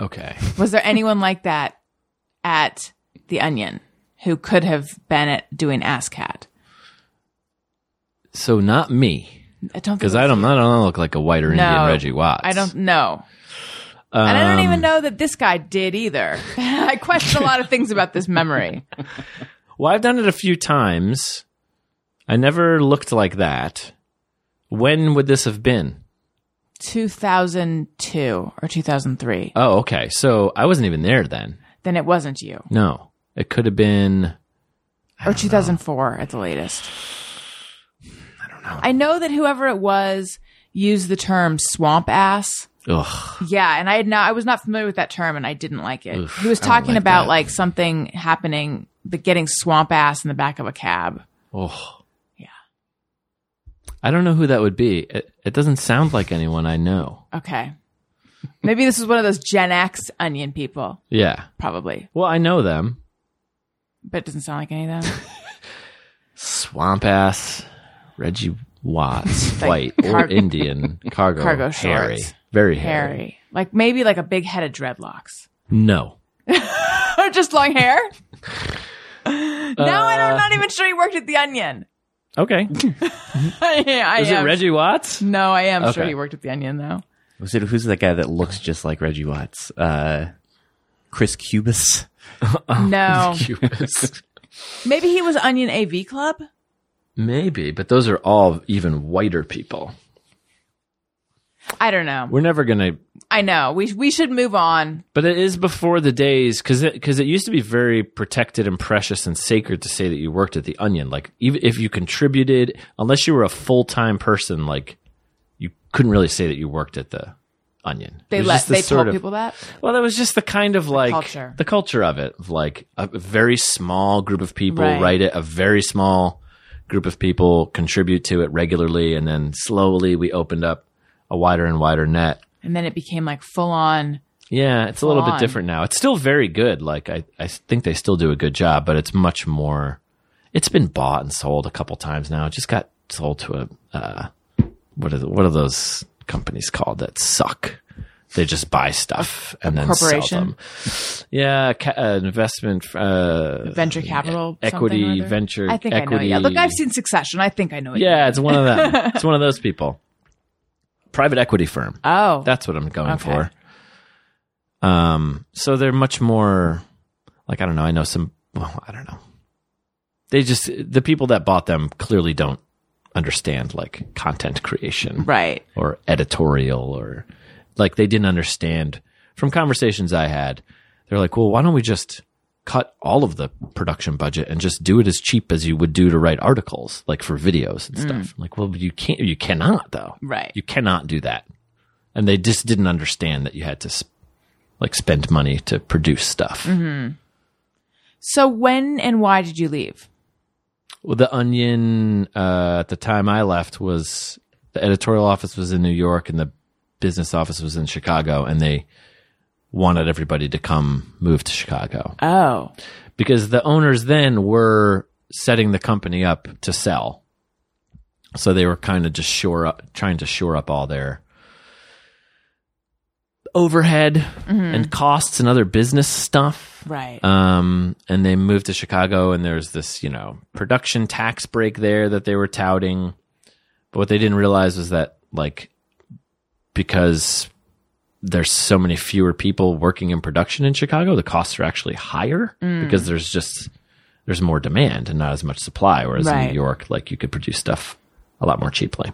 Okay. Was there anyone like that at the Onion who could have been at doing Ass Cat? So not me, I don't think because it I was don't. I don't look like a white or Indian No. Reggie Watts. I don't know. Um, And I don't even know that this guy did either. I question a lot of things about this memory. Well, I've done it a few times. I never looked like that. When would this have been? 2002 or 2003. Oh, okay. So I wasn't even there then. Then it wasn't you. No, it could have been. Or 2004 at the latest. I don't know. I know that whoever it was used the term swamp ass. Ugh. Yeah, and I had not I was not familiar with that term and I didn't like it. Oof, he was I don't talking like about that. like something happening but getting swamp ass in the back of a cab. Oh. Yeah. I don't know who that would be. It, it doesn't sound like anyone I know. Okay. Maybe this is one of those Gen X onion people, Yeah. probably. Well, I know them. But it doesn't sound like any of them. Swamp ass, Reggie Watts, Like white car- or Indian, cargo, Cargo hairy, shorts. very hairy. Hairy. Like maybe like a big head of dreadlocks. No, Or just long hair? Uh, no, I'm not even sure he worked at the Onion. okay. I, I Is it am- Reggie Watts? No, I am sure Okay. he worked at the Onion though. Was it who's that guy that looks just like Reggie Watts? Uh, Chris Cubis. Oh, no. Cubist. Maybe he was Onion AV Club? Maybe, but those are all even whiter people. I don't know. We're never gonna. I know. We we should move on. But it is before the days because because it used to be very protected and precious and sacred to say that you worked at the Onion. Like even if you contributed, unless you were a full time person, like you couldn't really say that you worked at the Onion. It They was let just this they sort told of- people that. Well, that was just the kind of like culture. the culture of it. of, Like a very small group of people Right. write it, a very small group of people contribute to it regularly, and then slowly we opened up a wider and wider net. And then it became like full on Yeah, it's a little on. bit different now. It's still very good. Like I, I think they still do a good job, but it's much more. It's been bought and sold a couple times now. It just got sold to a uh, what are the, what are those companies called that suck? They just buy stuff and then sell corporation? them. Yeah, ca- uh, investment uh, Venture capital, something equity, or other. venture I think I know. equity. Yeah, look, I've seen Succession. I think I know it. Yeah, it's one of them. it's one of those people. Private equity firm. Oh, That's what I'm going Okay. for. Um, so they're much more like I don't know. I know some. Well, I don't know. They just the people that bought them clearly don't understand like content creation, Right. Or editorial, or like they didn't understand from conversations I had. They're like, well, why don't we just cut all of the production budget and just do it as cheap as you would do to write articles, like for videos and stuff. I'm like, well, you can't, you cannot though. Right. You cannot do that and they just didn't understand that you had to sp- like spend money to produce stuff. so when and why did you leave? Well, the Onion uh, at the time I left was the editorial office was in New York and the business office was in Chicago, and they wanted everybody to come move to Chicago Oh, because the owners then were setting the company up to sell. So they were kind of just shore up, trying to shore up all their overhead and costs and other business stuff. right. Um, and they moved to Chicago, and there's this, you know, production tax break there that they were touting. But what they didn't realize was that, like, because there's so many fewer people working in production in Chicago, the costs are actually higher because there's just there's more demand and not as much supply. Whereas in Right. New York, like, you could produce stuff a lot more cheaply.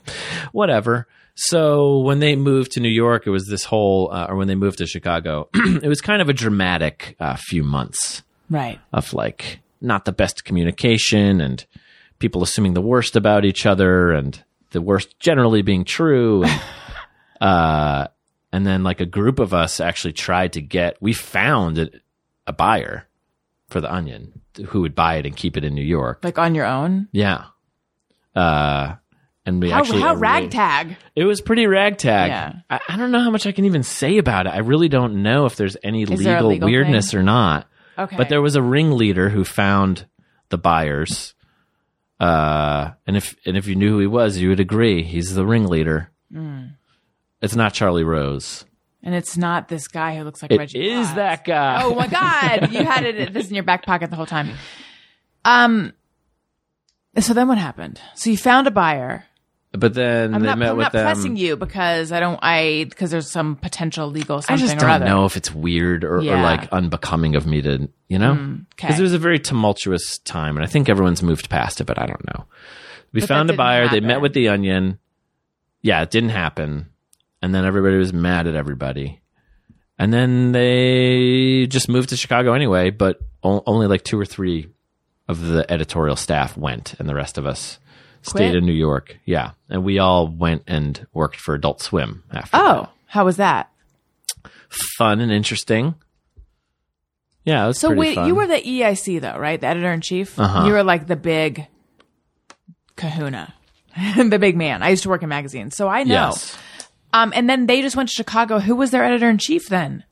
Whatever. So when they moved to New York, it was this whole, uh, or when they moved to Chicago, it was kind of a dramatic uh, few months right. of like not the best communication and people assuming the worst about each other and the worst generally being true. And, uh, and then like a group of us actually tried to get, we found a, a buyer for the onion who would buy it and keep it in New York. Like on your own? Yeah. Uh, and we How, actually how arranged- ragtag? it was pretty ragtag. Yeah. I, I don't know how much I can even say about it. I really don't know if there's any Is legal, there a legal weirdness or not. Okay. But there was a ringleader who found the buyers. Uh, and if and if you knew who he was, you would agree he's the ringleader. Hmm. It's not Charlie Rose. and it's not this guy who looks like It is Reggie. Watts. that guy. Oh my God. You had it this in your back pocket the whole time. Um, so then what happened? So you found a buyer. But then I'm they not, met I'm with um, not them. pressing you because I don't, I, because there's some potential legal I something just or don't other. know if it's weird or, or Yeah. Hmm. like unbecoming of me to, you know, okay. because it was a very tumultuous time, and I think everyone's moved past it, but I don't know. We But that found a didn't buyer. They met happen. with the onion. Yeah, it didn't happen, and then everybody was mad at everybody, and then they just moved to Chicago anyway. But o- only like two or three of the editorial staff went, and the rest of us stayed Quit? in New York. Yeah, and we all went and worked for Adult Swim after. that Oh, how was that? fun and interesting. Yeah, it was So pretty wait, fun. you were the EIC though, right? The editor in chief. Uh-huh. You were like the big kahuna, the big man. I used to work in magazines, so I know. yes. Um, and then they just went to Chicago. Who was their editor in chief then?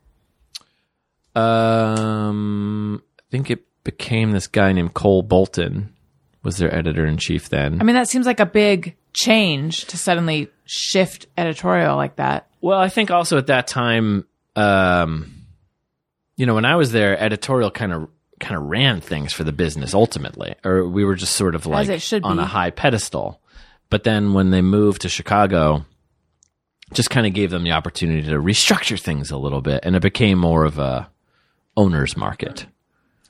Um, I think it became this guy named Cole Bolton was their editor in chief then. I mean, that seems like a big change to suddenly shift editorial like that. well, I think also at that time, um, you know, when I was there, editorial kind of kind of ran things for the business ultimately, or we were just sort of like it should on be. a high pedestal. But then when they moved to Chicago, just kind of gave them the opportunity to restructure things a little bit, and it became more of a owner's market.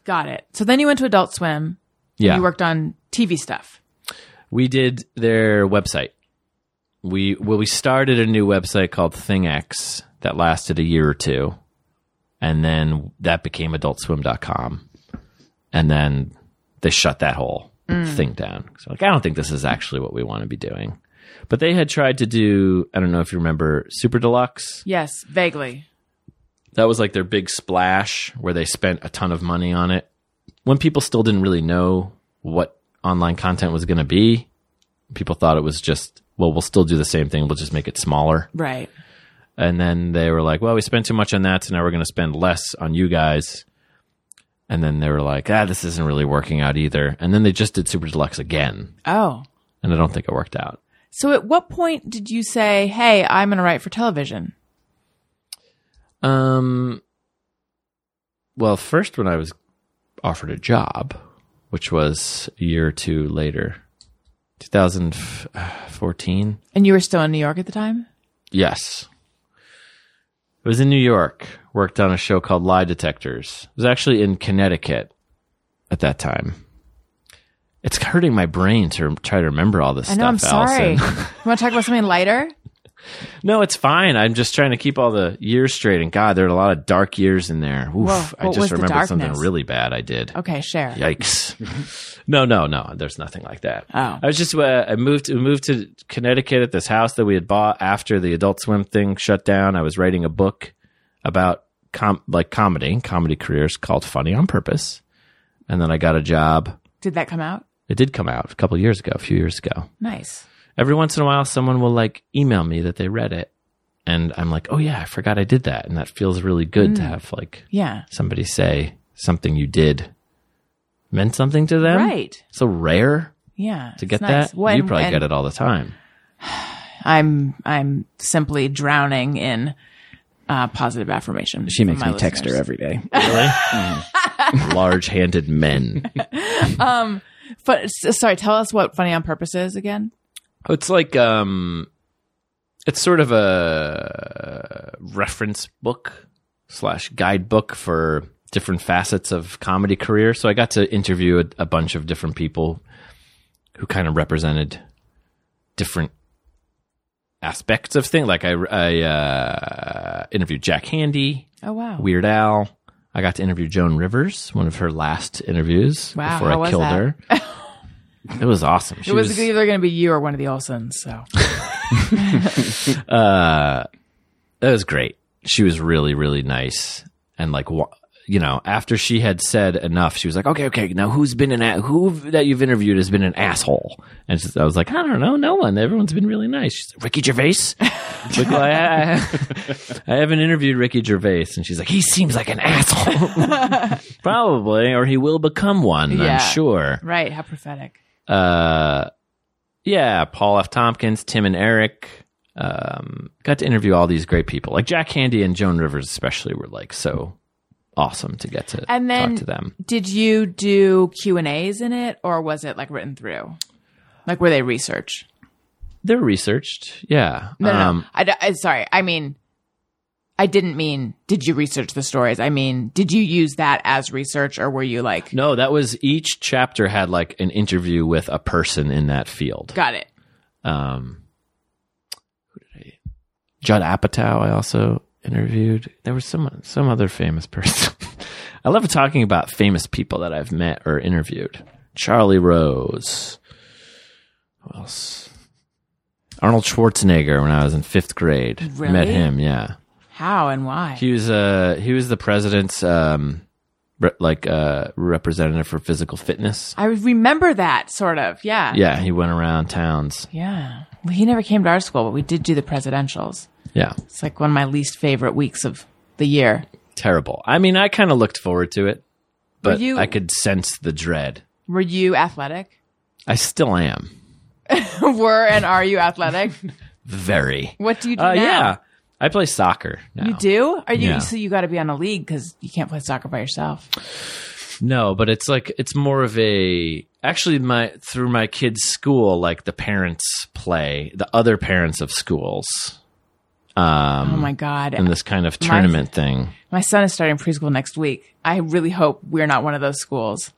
Got it. So then you went to Adult Swim. Yeah, You worked on TV stuff. we did their website. We well, we started a new website called ThingX that lasted a year or two, and then that became AdultSwim.com, and then they shut that whole thing down. So like, I don't think this is actually what we want to be doing. But they had tried to do. I don't know if you remember Super Deluxe. Yes, vaguely. That was like their big splash where they spent a ton of money on it. When people still didn't really know what online content was going to be, people thought it was just, well, we'll still do the same thing. We'll just make it smaller. Right. And then they were like, well, we spent too much on that. So now we're going to spend less on you guys. And then they were like, ah, this isn't really working out either. And then they just did Super Deluxe again. Oh. And I don't think it worked out. So at what point did you say, "Hey, I'm going to write for television"? Um, well, first when I was offered a job, which was a year or two later, 2014. And you were still in New York at the time? Yes. I was in New York, worked on a show called Lie Detectors. It was actually in Connecticut at that time. It's hurting my brain to try to remember all this I stuff. know, I'm sorry. Allison. you want to talk about something lighter? No, it's fine. I'm just trying to keep all the years straight. And God, there are a lot of dark years in there. Oof, Whoa, I what was just the remembered something darkness? really bad I did. Okay, share. Yikes! no, no, no. There's nothing like that. Oh. I was just uh, I moved we moved to Connecticut at this house that we had bought after the Adult Swim thing shut down. I was writing a book about com- like comedy, comedy careers called Funny on Purpose, and then I got a job. Did that come out? It did come out a couple years ago, a few years ago Nice. every once in a while someone will like email me that they read it and i'm like oh yeah i forgot i did that and that feels really good to have like Yeah. somebody say something you did meant something to them Right. so rare Yeah. to get that you probably get it all the time I'm I'm simply drowning in uh, positive affirmation. She from makes my me text her listeners. every day. large-handed men But s- sorry, tell us what funny on purpose is again. Oh, it's like um it's sort of a reference book slash guidebook for different facets of comedy career so i got to interview a, a bunch of different people who kind of represented different aspects of things like i, I uh, interviewed jack handy Oh wow. Weird Al. I got to interview Joan Rivers, one of her last interviews Wow, before how I was killed that? her. it was awesome. She It was, either going to be you or one of the Olsons. So that was great. She was really, really nice. And like, wa- you know, after she had said enough, she was like, okay, okay, now who's been an, a- who that you've interviewed has been an asshole? And she- I was like, I don't know, no one. Everyone's been really nice. She's like, Ricky Gervais? Like, well, I, I, I haven't interviewed Ricky Gervais. And she's like, he seems like an asshole. Probably, or he will become one, Yeah. I'm sure. right, how prophetic. uh, yeah, Paul F. Tompkins, Tim and Eric. Um, got to interview all these great people, like Jack Handy and Joan Rivers, especially, were like so awesome to get to And then- talk to them. Did you do Q and A's in it, or was it like written through? Like were they research? They're researched, yeah. Um, No, no, Um, no. I, d- I- sorry. I mean, I didn't mean. Did you research the stories? I mean, did you use that as research, or were you like, no, that was each chapter had like an interview with a person in that field. got it? um who did I Judd Apatow I also interviewed. There was someone some other famous person. I love talking about famous people that I've met or interviewed. Charlie Rose. Who else? Arnold Schwarzenegger when I was in 5th grade. Really? Met him, yeah. How and why? He was uh he was the president's um re- like uh representative for physical fitness. I remember that sort of. Yeah. Yeah, he went around towns. Yeah. Well, he never came to our school, but we did do the presidentials. Yeah. It's like one of my least favorite weeks of the year. terrible. I mean, I kind of looked forward to it, but Were you- I could sense the dread. Were you athletic? I still am Were and are you athletic? very. What do you do Uh, now? yeah, I play soccer now. You do? Are you Yeah. so you got to be on a league because you can't play soccer by yourself? No, but it's like it's more of a actually my through my kids' school, like the parents play the other parents of schools. Um, Oh my god! in this kind of tournament thing. my son is starting preschool next week. I really hope we're not one of those schools.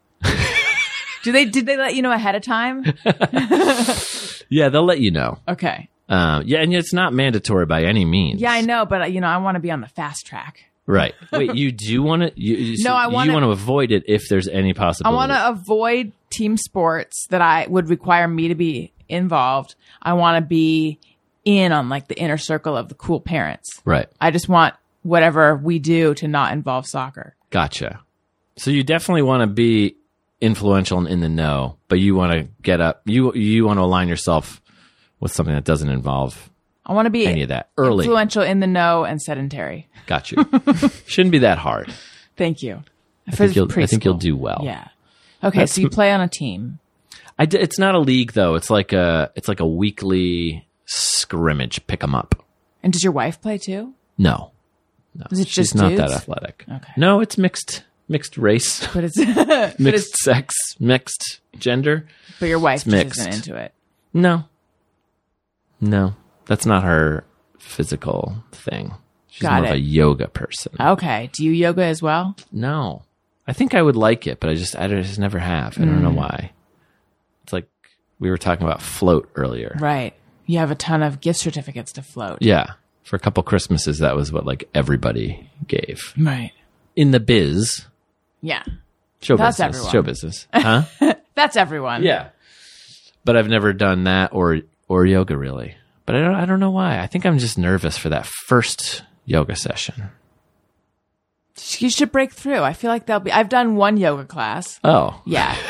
do they? Did they let you know ahead of time? Yeah, they'll let you know. Okay. Um, yeah, and it's not mandatory by any means. Yeah, I know, but uh, you know, I want to be on the fast track. Right. Wait, you do want to? You, you- No, I you wanna- want to avoid it if there's any I possibility. want to avoid team sports that I would require me to be involved. I want to be in on like the inner circle of the cool parents. Right. I just want whatever we do to not involve soccer. Gotcha. So you definitely want to be influential and in the know, but you want to get up. You you want to align yourself with something that doesn't involve I want to be any of that early. influential in the know and sedentary. Got you. Shouldn't be that hard. Thank you. I think, you'll, I think you'll do well. Yeah. Okay, so you play on a team. I d- it's not a league though. It's like a it's like a weekly scrimmage. Pick 'em up. And does your wife play too? No, No, Is it she's just not that dudes? athletic. Okay. No, it's mixed mixed race, But it's but mixed it's sex, mixed gender. but your it's wife just isn't mixed. into it. No. No. That's not her physical thing. She's Got more of it. Uh, a yoga person. Okay. Do you yoga as well? No. I think I would like it, but I just I just never have. I Mm. don't know why. It's like we were talking about float earlier. Right. You have a ton of gift certificates to float. Yeah. For a couple Christmases that was what like everybody gave. Right. In the biz. Yeah. Show That's business. everyone. Show business. Huh? That's everyone. yeah. But I've never done that or or yoga really. But I don't I don't know why. I think I'm just nervous for that first yoga session. You should break through. I feel like they'll be. I've done one yoga class. Oh. Yeah.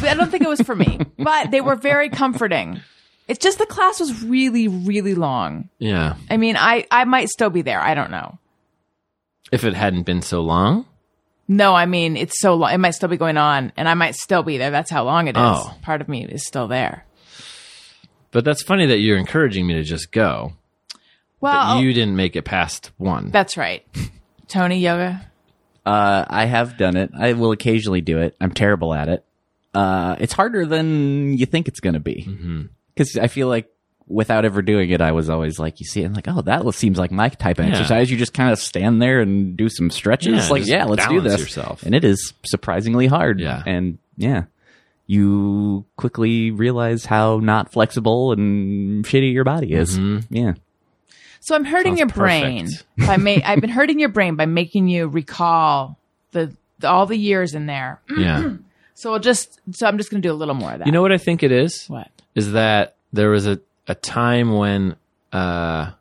But I don't think it was for me, but they were very comforting. It's just the class was really, really long. Yeah. I mean, I, I might still be there. I don't know. If it hadn't been so long. No, I mean, it's so long. It might still be going on and I might still be there. That's how long it is. Oh. Part of me is still there. But that's funny that you're encouraging me to just go. Well, Oh. but you didn't make it past one. that's right. Tony, yoga. Uh, I have done it. I will occasionally do it. I'm terrible at it. Uh, it's harder than you think it's going to be. Because I feel like without ever doing it, I was always like, you see, it, I'm like, oh, that seems like my type of Yeah. exercise. You just kind of stand there and do some stretches. Yeah, like, just yeah, let's do balance this. yourself. And it is surprisingly hard. Yeah. And yeah, you quickly realize how not flexible and shitty your body is. Yeah. So I'm hurting Sounds your brain. perfect. By ma- I've been hurting your brain by making you recall the, the all the years in there. yeah. So we'll just, so I'm just going to do a little more of that. You know what I think it is? what? Is that there was a, a time when uh,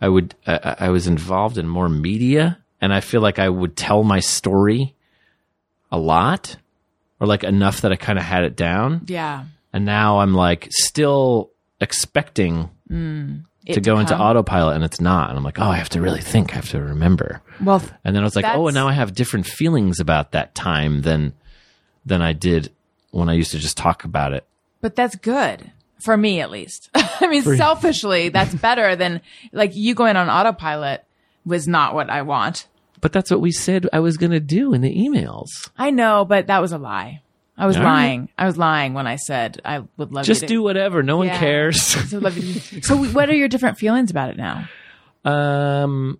I would I- I, I was involved in more media, and I feel like I would tell my story a lot, or like enough that I kind of had it down, Yeah. and now I'm like still expecting Mm. It to go into come. autopilot, and it's not, and I'm like, oh, I have to really think, I have to remember. Well, th- And then I was like, oh, That's- and now I have different feelings about that time than than I did when I used to just talk about it. but that's good for me at least. I mean, selfishly, that's better than like you going on autopilot was not what I want. But that's what we said I was going to do in the emails. I know, but that was a lie. I was All right. lying. I was lying when I said I would love Just you to, do whatever. No one Yeah. cares. So, love you to- so what are your different feelings about it now? um,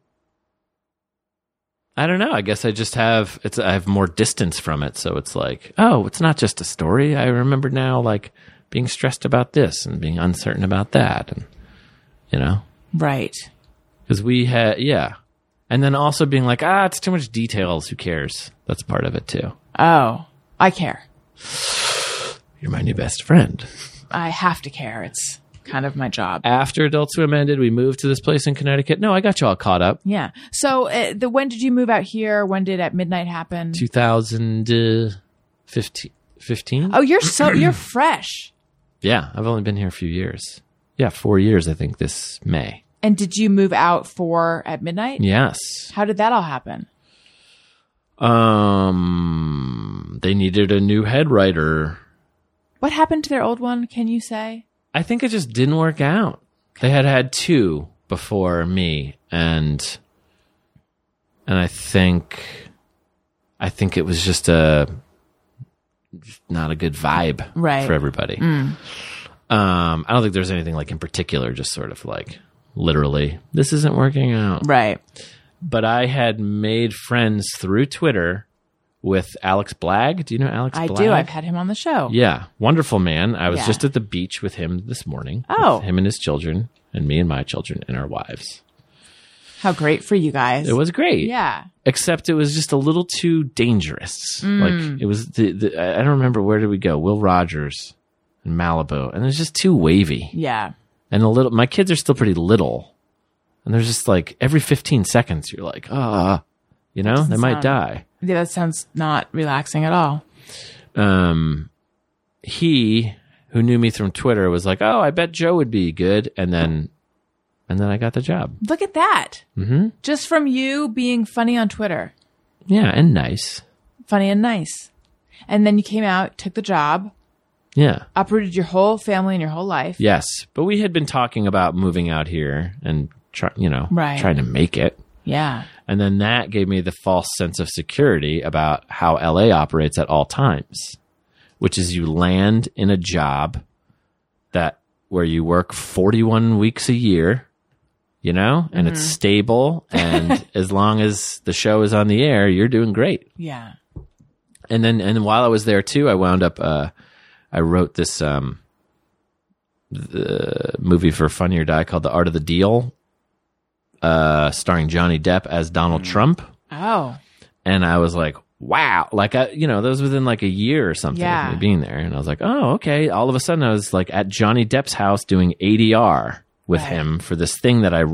I don't know. I guess I just have it's. I have more distance from it, so it's like, oh, it's not just a story. I remember now, like being stressed about this and being uncertain about that, and you know. Right. Because we had, yeah. And then also being like, ah, it's too much details. Who cares? That's part of it too. Oh, I care. You're my new best friend. I have to care. It's kind of my job. After Adult Swim ended, we moved to this place in Connecticut. No, I got you all caught up. Yeah. So uh, the when did you move out here? When did at midnight happen? uh, 2015. 15? Oh, you're so you're fresh. Yeah, I've only been here a few years. Yeah, four years, I think, this May. And did you move out for at midnight? Yes. How did that all happen? Um, they needed a new head writer. What happened to their old one? Can you say? I think it just didn't work out. They had had two before me, and and I think I think it was just a not a good vibe Right. for everybody. Um, I don't think there's anything like in particular, just sort of like literally this isn't working out. Right. But I had made friends through Twitter with Alex Blagg. Do you know Alex? I Blagg? do. I've had him on the show. Yeah, wonderful man. I was Yeah. just at the beach with him this morning. Oh. with him and his children, and me and my children and our wives. How great for you guys. It was great. Yeah. Except it was just a little too dangerous. Mm. Like it was. The, the, I I don't remember where did we go. Will Rogers in Malibu, and it was just too wavy Yeah. and a little. My kids are still pretty little, and there's just like every 15 seconds you're like, ah, you know, they might sound- die. Yeah. That sounds not relaxing at all. um, he who knew me from Twitter was like, "Oh, I bet Joe would be good," and then, and then I got the job. Look at that. Mm-hmm. Just from you being funny on Twitter, Yeah, and nice. funny and nice, and then you came out, took the job, Yeah, uprooted your whole family and your whole life. yes. But we had been talking about moving out here and try, you know, Right. trying to make it, Yeah. And then that gave me the false sense of security about how LA operates at all times, which is you land in a job that where you work 41 weeks a year, you know, and it's stable. And as long as the show is on the air, you're doing great Yeah. and then and while I was there too, I wound up uh, I wrote this um, the movie for Funny or Die called The Art of the Deal, uh, starring Johnny Depp as Donald Trump, Oh. and I was like, wow, like I you know that was within like a year or something Yeah. of me being there, and I was like, oh okay. All of a sudden, I was like at Johnny Depp's house doing ADR with him for this thing that I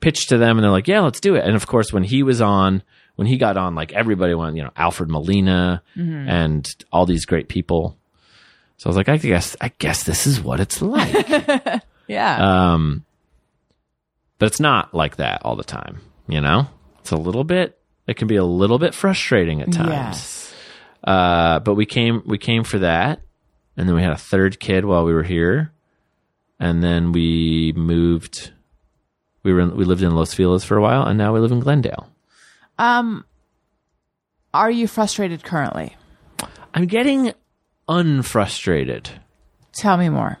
pitched to them, and they're like, yeah, let's do it. And of course, when he was on. When he got on, like everybody went, you know, Alfred Molina, Mm-hmm. and all these great people. So I was like, I guess, I guess this is what it's like. Yeah. um, but it's not like that all the time, you know. It's a little bit. It can be a little bit frustrating at times. yes. Uh, but we came, we came for that, and then we had a third kid while we were here, and then we moved. We were in, we lived in Los Feliz for a while, and now we live in Glendale. Um, are you frustrated currently? I'm getting unfrustrated. Tell me more.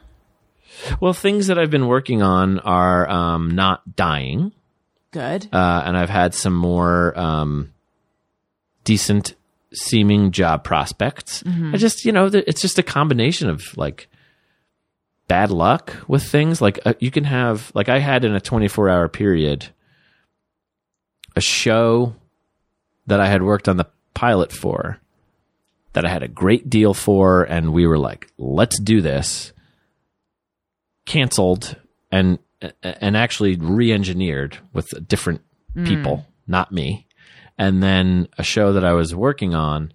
Well, things that I've been working on are um, not dying, Good. uh, and I've had some more um, decent seeming job prospects. I just, you know, th- it's just a combination of like bad luck with things. Like uh, you can have, like I had in a 24 hour period, a show that I had worked on the pilot for that I had a great deal for, and we were like, let's do this. Canceled and and actually re-engineered with different people, not me. And then a show that I was working on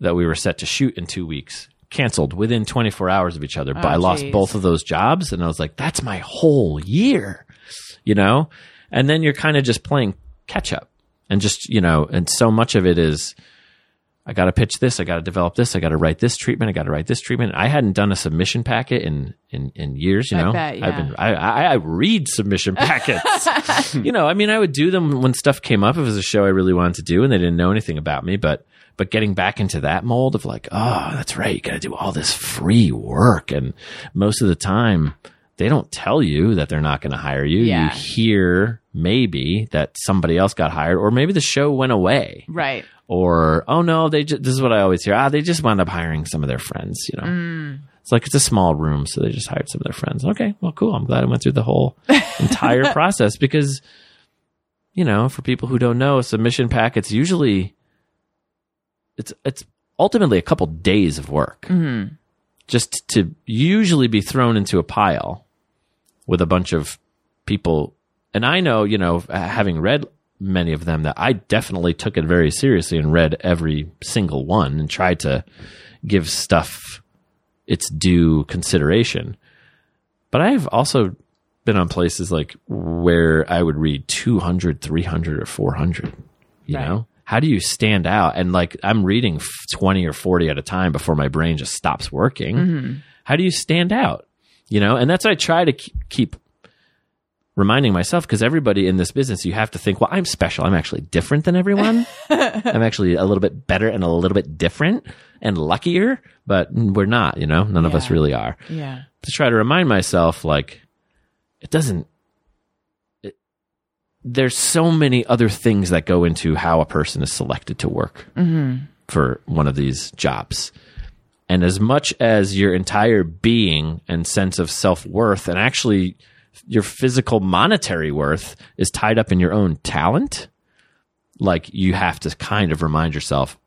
that we were set to shoot in two weeks canceled within 24 hours of each other. but I lost geez. both of those jobs, and I was like, that's my whole year, you know. And then you're kind of just playing catch up, and just you know, and so much of it is I got to pitch this. I got to develop this. I got to write this treatment. I got to write this treatment. I hadn't done a submission packet in in in years. You I know, bet, yeah. I've been I, I I read submission packets. you know, I mean, I would do them when stuff came up. If it was a show I really wanted to do, and they didn't know anything about me, but but getting back into that mold of like, oh, that's right, you got to do all this free work, and most of the time they don't tell you that they're not going to hire you. Yeah. You hear maybe that somebody else got hired, or maybe the show went away right. or oh no, they just, this is what I always hear. Ah, they just wound up hiring some of their friends. You know, it's like it's a small room, so they just hired some of their friends. Okay, well, cool. I'm glad I went through the whole entire process because, you know, for people who don't know, submission packets usually it's it's ultimately a couple days of work just to usually be thrown into a pile with a bunch of people. And I know, you know, uh, having read many of them, that I definitely took it very seriously and read every single one and tried to give stuff its due consideration. But I've also been on places like where I would read 200, 300, or 400. You know, how do you stand out? And like, I'm reading f- 20 or 40 at a time before my brain just stops working. How do you stand out? You know, and that's what I try to keep, keep reminding myself because everybody in this business, you have to think, well, I'm special. I'm actually different than everyone. I'm actually a little bit better and a little bit different and luckier, but we're not, you know, none of us Yeah. really are Yeah. to try to remind myself like it doesn't it, there's so many other things that go into how a person is selected to work for one of these jobs and as much as your entire being and sense of self-worth and actually your physical monetary worth is tied up in your own talent like you have to kind of remind yourself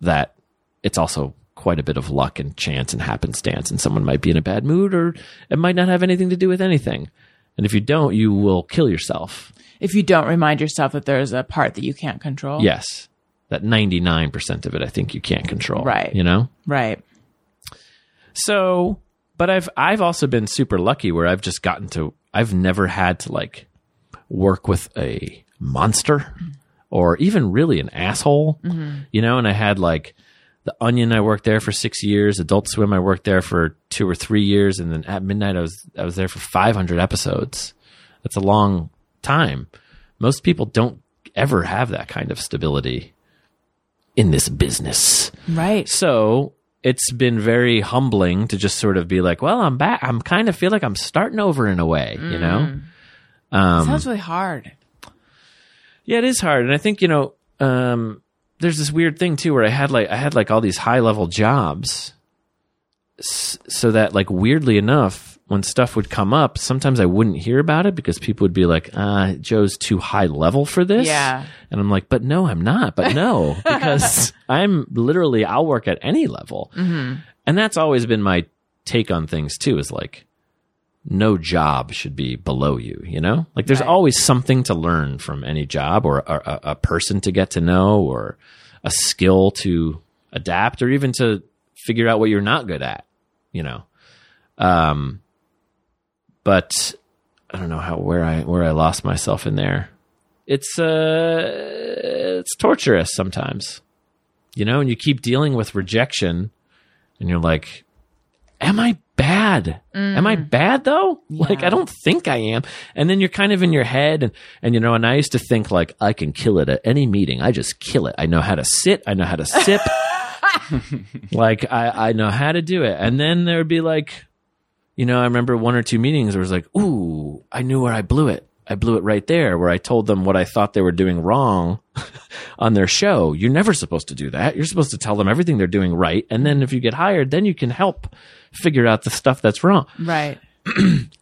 that it's also quite a bit of luck and chance and happenstance and someone might be in a bad mood or it might not have anything to do with anything and if you don't you will kill yourself If you don't remind yourself that there's a part that you can't control. yes that 99% of it i think you can't control Right. you know Right. So, but I've I've also been super lucky where I've just gotten to I've never had to like work with a monster or even really an asshole, you know. And I had like the Onion, I worked there for six years. Adult Swim, I worked there for two or three years, and then at midnight, I was I was there for five hundred episodes. That's a long time. Most people don't ever have that kind of stability in this business. Right. So it's been very humbling to just sort of be like, well, I'm back. I'm kind of feel like I'm starting over in a way, you know? Um, Sounds really hard. Yeah, it is hard. And I think, you know, um, there's this weird thing too, where I had like, I had like all these high level jobs s- so that like weirdly enough, when stuff would come up, sometimes I wouldn't hear about it because people would be like, uh, Joe's too high level for this. Yeah. And I'm like, but no, I'm not. But no, because I'm literally, I'll work at any level. And that's always been my take on things too is like, no job should be below you, you know? Like there's always something to learn from any job or a, a, a person to get to know or a skill to adapt or even to figure out what you're not good at, you know? Um, but I don't know how, where I, where I lost myself in there. It's, uh, it's torturous sometimes, you know, and you keep dealing with rejection and you're like, am I bad? Am I bad though? Like I don't think I am. And then you're kind of in your head and and you know, and I used to think like I can kill it at any meeting. I just kill it. I know how to sit, I know how to sip. like I, I know how to do it. And then there would be like you know, I remember one or two meetings where it was like, ooh, I knew where I blew it. I blew it right there where I told them what I thought they were doing wrong on their show. You're never supposed to do that. You're supposed to tell them everything they're doing right. And then if you get hired, then you can help figure out the stuff that's wrong. Right.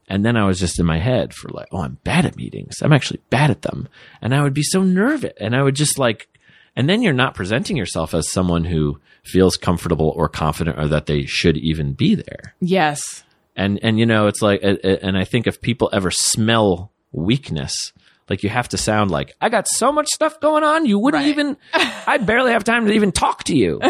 And then I was just in my head for like, oh, I'm bad at meetings. I'm actually bad at them. And I would be so nervous. And I would just like, and then you're not presenting yourself as someone who feels comfortable or confident or that they should even be there Yes. and and you know it's like a- a- and i think if people ever smell weakness like you have to sound like i got so much stuff going on you wouldn't even i barely have time to even talk to you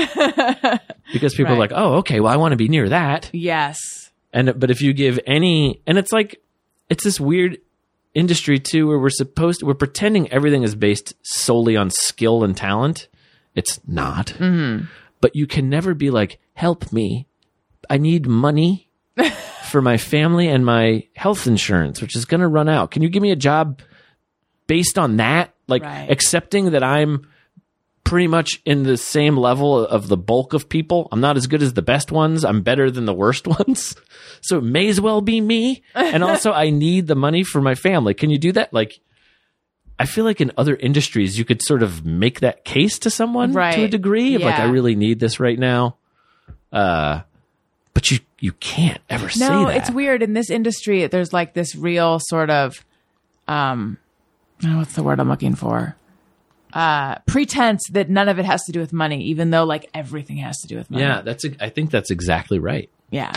because people are like oh okay well i want to be near that Yes. and but if you give any and it's like it's this weird industry too where we're supposed we're pretending everything is based solely on skill and talent it's not but you can never be like help me i need money for my family and my health insurance which is going to run out can you give me a job based on that like Right. accepting that i'm pretty much in the same level of the bulk of people i'm not as good as the best ones i'm better than the worst ones so it may as well be me and also i need the money for my family can you do that like I feel like in other industries, you could sort of make that case to someone to a Right. degree. of Like, Yeah. I really need this right now. Uh, but you, you can't ever say No, that. it's weird. In this industry, there's like this real sort of, um, oh, what's the word I'm looking for? Uh, pretense that none of it has to do with money, even though like everything has to do with money. Yeah, that's, ex- I think that's exactly right. Yeah.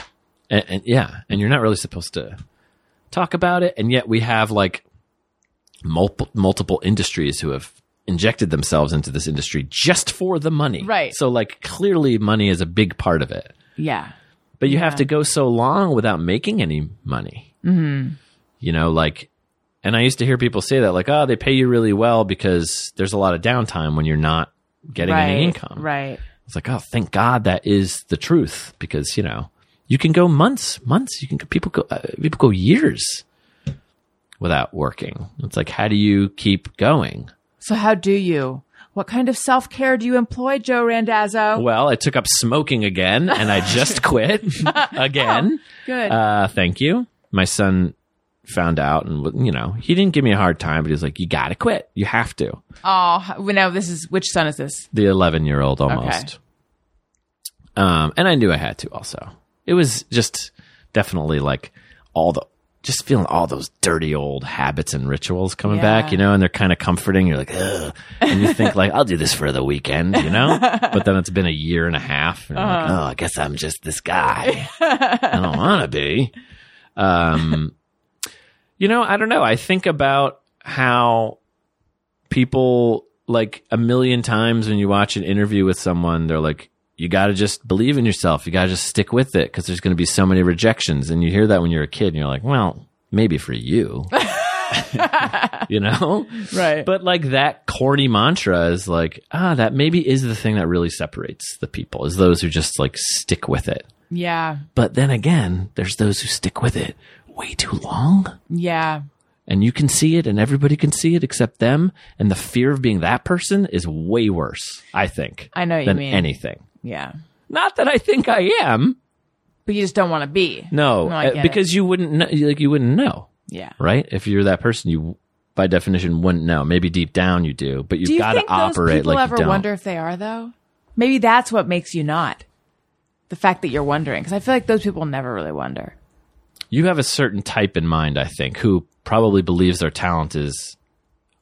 And, and yeah, and you're not really supposed to talk about it. And yet we have like multiple, multiple industries who have injected themselves into this industry just for the money. Right. So like clearly money is a big part of it. Yeah. but you have to go so long without making any money. Mm-hmm. You know, like, and I used to hear people say that, like, oh, they pay you really well because there's a lot of downtime when you're not getting Right. any income. Right. It's like, oh, thank God that is the truth because you know you can go months, months. You can people go uh, people go years without working. It's like, how do you keep going? So how do you? What kind of self care do you employ, Joe Randazzo? Well, I took up smoking again, and I just quit again. Good. Uh, thank you. My son found out and, you know, he didn't give me a hard time, but he was like, you got to quit. You have to. oh, well, now this is which son is this? The 11 year old almost. Um, and I knew I had to also. It was just definitely like all the, just feeling all those dirty old habits and rituals coming back, Yeah. you know, and they're kind of comforting. You're like, ugh. And you think like, I'll do this for the weekend, you know? but then it's been a year and a half. And you're like, oh, I guess I'm just this guy. I don't want to be. Um, you know, I don't know. I think about how people like a million times when you watch an interview with someone, they're like, you got to just believe in yourself. You got to just stick with it because there's going to be so many rejections. And you hear that when you're a kid and you're like, well, maybe for you. you know? Right. But like that corny mantra is like, ah, that maybe is the thing that really separates the people is those who just like stick with it. Yeah. But then again, there's those who stick with it way too long Yeah. and you can see it and everybody can see it except them. And the fear of being that person is way worse, I think. I know what you than mean. anything. Yeah. Not that I think I am. But you just don't want to be. No, No, I uh, get it. because you wouldn't know, like you wouldn't know, Yeah. right? If you're that person, you by definition wouldn't know. Maybe deep down you do, but Do you've you got to think those operate people like ever you don't. wonder if they are though? Maybe that's what makes you not. The fact that you're wondering, because I feel like those people never really wonder. you have a certain type in mind, I think, who probably believes their talent is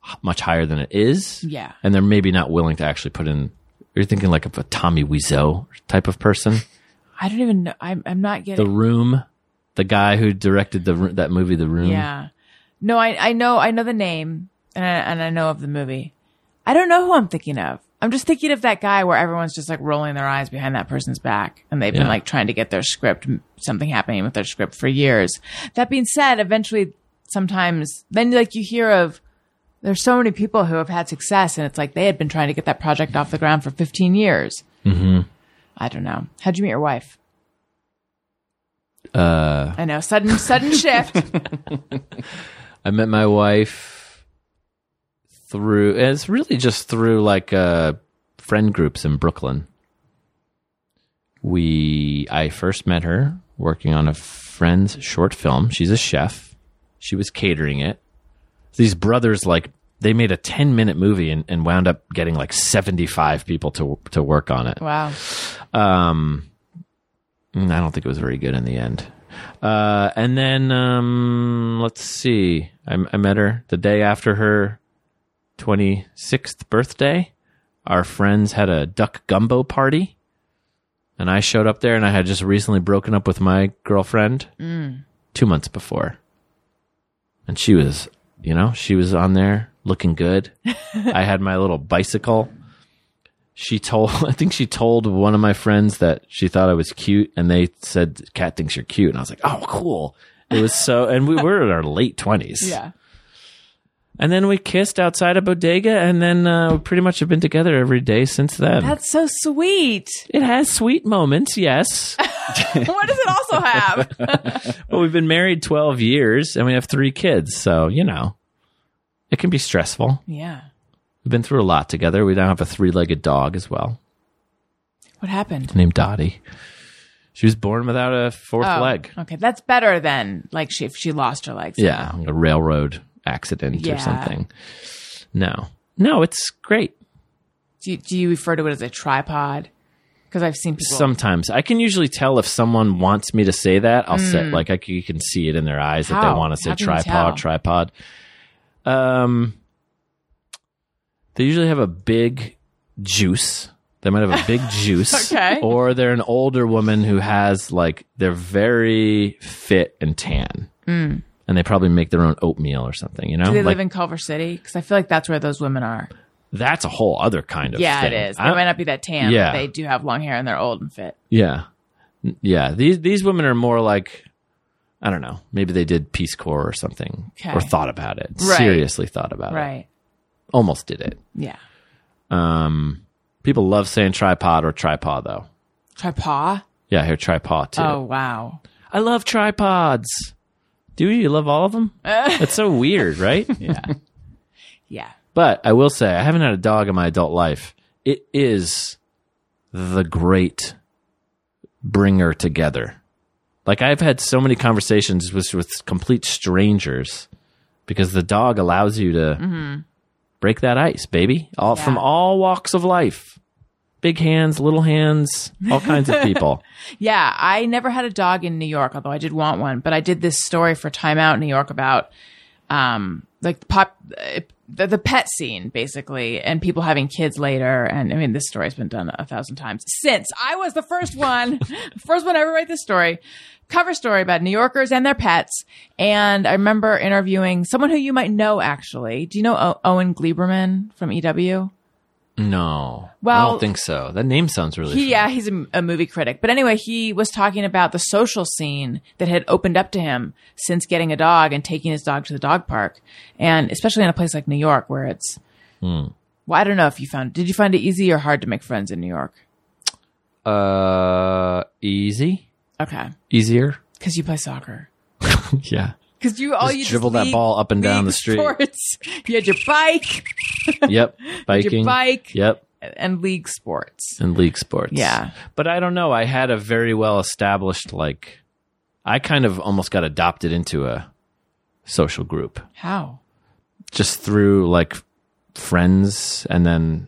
h- much higher than it is. Yeah. And they're maybe not willing to actually put in. You're thinking like of a Tommy Wiseau type of person. I don't even know. I'm, I'm not the getting. Room, the guy who directed the Ro- that movie, The Room. yeah. No, I, I know I know the name and I, and I know of the movie. I don't know who I'm thinking of. I'm just thinking of that guy where everyone's just like rolling their eyes behind that person's back and they've been Yeah. like trying to get their script, something happening with their script for years. That being said, eventually sometimes then like you hear of there's so many people who have had success and it's like they had been trying to get that project off the ground for 15 years. Mm-hmm. I don't know. How'd you meet your wife? Uh, I know. Sudden, sudden shift. I met my wife through and it's really just through like uh friend groups in Brooklyn. We I first met her working on a friend's short film. She's a chef. She was catering it. These brothers like they made a 10 minute movie and, and wound up getting like 75 people to to work on it. Wow. Um, mm, I don't think it was very good in the end. Uh, and then um, let's see. I, I met her the day after her twenty sixth birthday. Our friends had a duck gumbo party, and I showed up there, and I had just recently broken up with my girlfriend two months before, and she was, you know, she was on there looking good. I had my little bicycle she told I think she told one of my friends that she thought I was cute and they said cat thinks you're cute and I was like, "Oh, cool." It was so and we were in our late 20s. Yeah. And then we kissed outside a bodega and then uh, we pretty much have been together every day since then. That's so sweet. it has sweet moments, yes. What does it also have? but we've been married 12 years and we have 3 kids, so, you know. It can be stressful. yeah. We've been through a lot together. We now have a three-legged dog as well, What happened? named Dottie. She was born without a fourth Oh, leg. Okay, that's better than like she if she lost her legs. yeah, like a railroad accident Yeah. or something. No, no, it's great. Do you, do you refer to it as a tripod? Because I've seen people. Sometimes I can usually tell if someone wants me to say that. I'll say like I c you can see it in their eyes that Mm. How? they want to say How can you tell? tripod, tripod. Um, they usually have a big juice. They might have a big juice, Okay. or they're an older woman who has like they're very fit and tan, and they probably make their own oatmeal or something. You know, Mm. do they like live in Culver City? Because I feel like that's where those women are. that's a whole other kind of Yeah, thing. it is. They I- might not be that tan, Yeah. but they do have long hair and they're old and fit. yeah, N- yeah. These these women are more like I don't know. Maybe they did Peace Corps or something, Okay. or thought about it Right. seriously. Thought about it. Right. Almost did it. Yeah. Um, people love saying tripod or tripod though. Tripod. Yeah, I hear tripod too. Oh wow. I love tripods. Do you? You love all of them? That's so weird, right? yeah. Yeah. But I will say, I haven't had a dog in my adult life. It is the great bringer together. Like I've had so many conversations with, with complete strangers because the dog allows you to break that ice, baby. All from Mm-hmm. Yeah. all walks of life. Big hands, little hands, all kinds of people. Yeah, I never had a dog in New York, although I did want one. But I did this story for Time Out New York about, um, like the pop, uh, the, the pet scene basically, and people having kids later. And I mean, this story's been done a thousand times since I was the first one, first one ever write this story, cover story about New Yorkers and their pets. And I remember interviewing someone who you might know actually. Do you know o- Owen Gleiberman from E EW? No. I Well- don't think so. That name sounds really he, yeah, he's a, a movie critic. But anyway, he was talking about the social scene that had opened up to him since getting a dog and taking his dog to the dog park. And especially in a place like New York where it's, Hmm. well, I don't know if you found, did you find it easy or hard to make friends in New York? uh easy. Okay. uh, Easier. Cause you play soccer. Yeah. Because you all Just you just dribble that league- ball up and down the league street. Sports. You had your bike, Yep. Biking. your bike, Yep. and league sports. And league sports. Yeah. But I don't know. I had a very well established, like, I kind of almost got adopted into a social group How? just through like friends. And then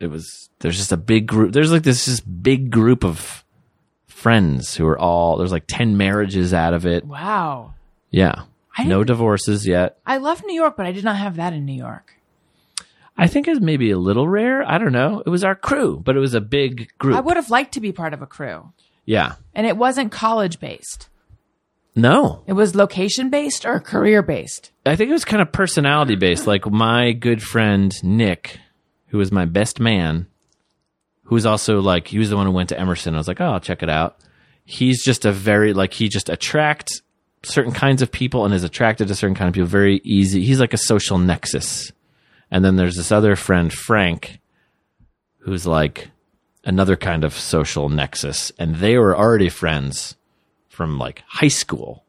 it was, there's just a big group. There's like this just big group of friends who are all, there's like 10 marriages out of it. Wow. Yeah. I No didn't- divorces yet. I left New York, but I did not have that in New York. I think it's maybe a little rare. I don't know. It was our crew, but it was a big group. I would have liked to be part of a crew, yeah. and it wasn't college based. No, It was location based or career based. I think it was kind of personality based. Like my good friend Nick, who was my best man, who was also like he was the one who went to Emerson. I was like, oh, I'll check it out. He's just a very like he just attracts certain kinds of people and is attracted to certain kind of people very easy. He's like a social nexus. And then there's this other friend Frank, who's like another kind of social nexus, and they were already friends from like high school.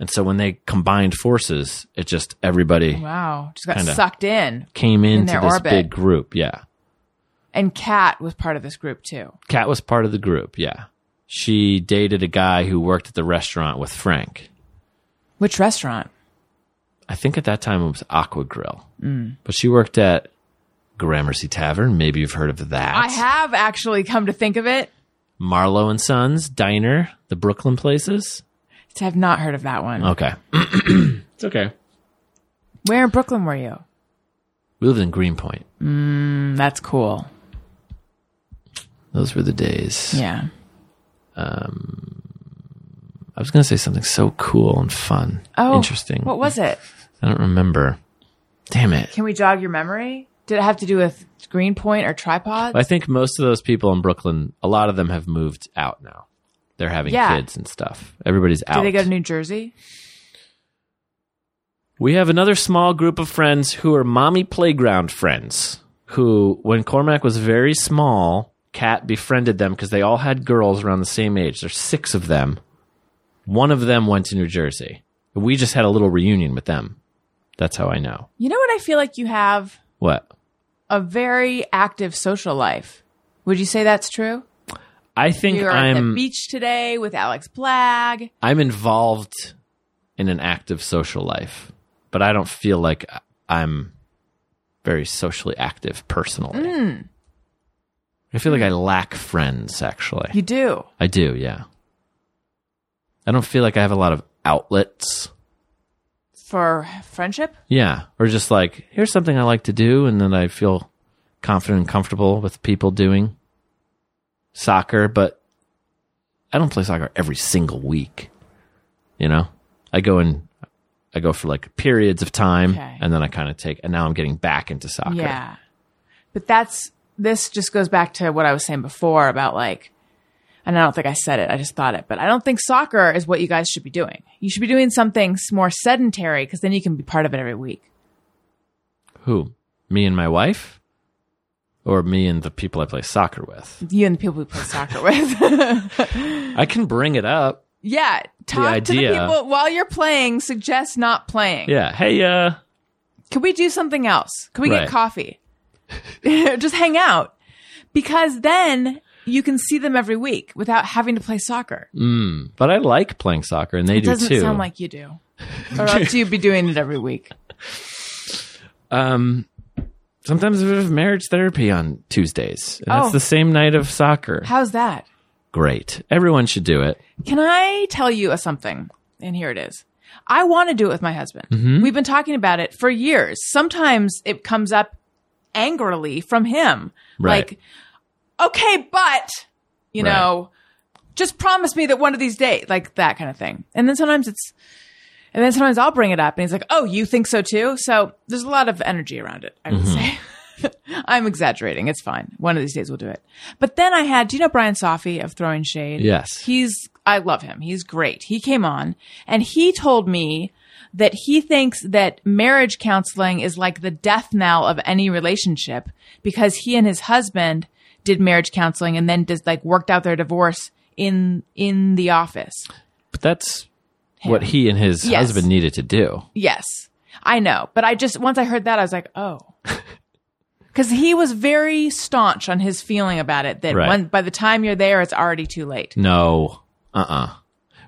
And so when they combined forces, it just everybody Wow, just got Kinda. sucked in. came into their this orbit. big group. Yeah. And Kat was part of this group too. Kat was part of the group. Yeah. She dated a guy who worked at the restaurant with Frank. Which restaurant? I think at that time it was Aqua Grill. Mm. But she worked at Gramercy Tavern. Maybe you've heard of that. I have actually come to think of it. Marlowe and Sons, Diner, the Brooklyn places. I have not heard of that one. Okay. it's okay. Where in Brooklyn were you? We lived in Greenpoint. Mm, that's cool. Those were the days. Yeah. I was going to say something so cool and fun. Oh, Interesting. What was it? I don't remember. Damn it. Can we jog your memory? Did it have to do with Greenpoint or tripods? I think most of those people in Brooklyn, a lot of them have moved out now. They're having Yeah. kids and stuff. Everybody's out. Did they go to New Jersey? we have another small group of friends who are mommy playground friends who, when Cormac was very small, Kat befriended them because they all had girls around the same age. There's six of them. One of them went to New Jersey. We just had a little reunion with them. That's how I know. You know what I feel like you have What? a very active social life. Would you say that's true? I think You're at the I'm beach today with Alex Blagg. I'm involved in an active social life, but I don't feel like I'm very socially active personally. I feel like I lack friends, actually. You do. I do, yeah. I don't feel like I have a lot of outlets. For friendship? Yeah. Or just like, here's something I like to do, and then I feel confident and comfortable with people doing soccer, but I don't play soccer every single week. You know? I go in I go for like periods of time Okay. and then I kind of take and now I'm getting back into soccer. Yeah. But that's this just goes back to what I was saying before about like and I don't think I said it. I just thought it. But I don't think soccer is what you guys should be doing. You should be doing something s- more sedentary cuz then you can be part of it every week. Who? Me and my wife? Or me and the people I play soccer with? You and the people we play soccer with. I can bring it up. yeah, talk idea- to the people while you're playing, suggest not playing. Yeah. Hey, uh, Can we do something else? Can we Right. get coffee? Just hang out. Because then you can see them every week without having to play soccer. but I like playing soccer and they it do doesn't too. sound like you do. Or else you'd be doing it every week. Um, sometimes we have marriage therapy on Tuesdays. And Oh. That's the same night of soccer. How's that? Great. Everyone should do it. Can I tell you a something? And here it is. I want to do it with my husband. Mm-hmm. We've been talking about it for years. Sometimes it comes up angrily from him. Right. Like, okay, but, you Right. know, just promise me that one of these days, like that kind of thing. And then sometimes it's, and then sometimes I'll bring it up and he's like, oh, you think so too? So there's a lot of energy around it, I would say. I'm exaggerating. It's fine. One of these days we'll do it. But then I had, do you know Brian Safi of Throwing Shade? Yes. He's, I love him. He's great. He came on and he told me that he thinks that marriage counseling is like the death knell of any relationship because he and his husband did marriage counseling and then just like worked out their divorce in, in the office. But that's him. what he and his Yes. husband needed to do. Yes, I know. But I just, once I heard that, I was like, oh. Because he was very staunch on his feeling about it that Right. one, by the time you're there, it's already too late. No. Uh uh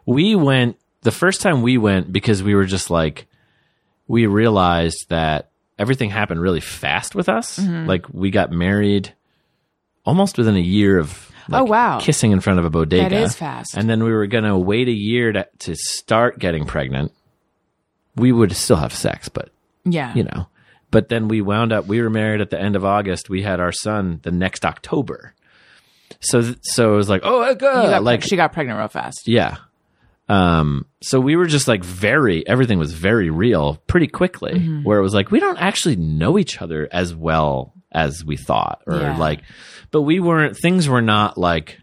We went the first time we went because we were just like, we realized that everything happened really fast with us. Mm-hmm. Like, we got married almost within a year of like, Oh, wow. kissing in front of a bodega. That is fast. And then we were going to wait a year to, to start getting pregnant. We would still have sex, but Yeah. you know. But then we wound up. We were married at the end of August. We had our son the next October. So th- so it was like oh my You god, got like preg- she got pregnant real fast. yeah. Um. So we were just like very everything was very real pretty quickly. Where it was like we don't actually know each other as well as we thought, or Yeah. like, but we weren't. Things were not like.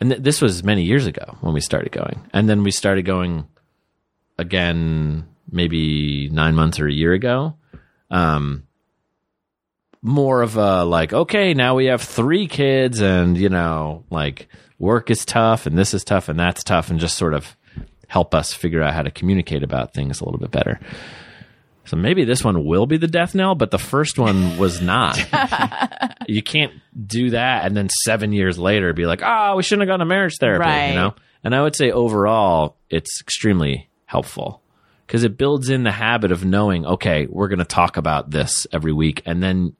And th- this was many years ago when we started going, and then we started going again maybe nine months or a year ago. Um, more of a like, okay, now we have three kids, and you know, like work is tough, and this is tough, and that's tough, and just sort of help us figure out how to communicate about things a little bit better. So maybe this one will be the death knell, but the first one was not. you can't do that and then seven years later be like, oh, we shouldn't have gone to marriage therapy, Right. you know? And I would say overall, it's extremely helpful because it builds in the habit of knowing, okay, we're going to talk about this every week. And then,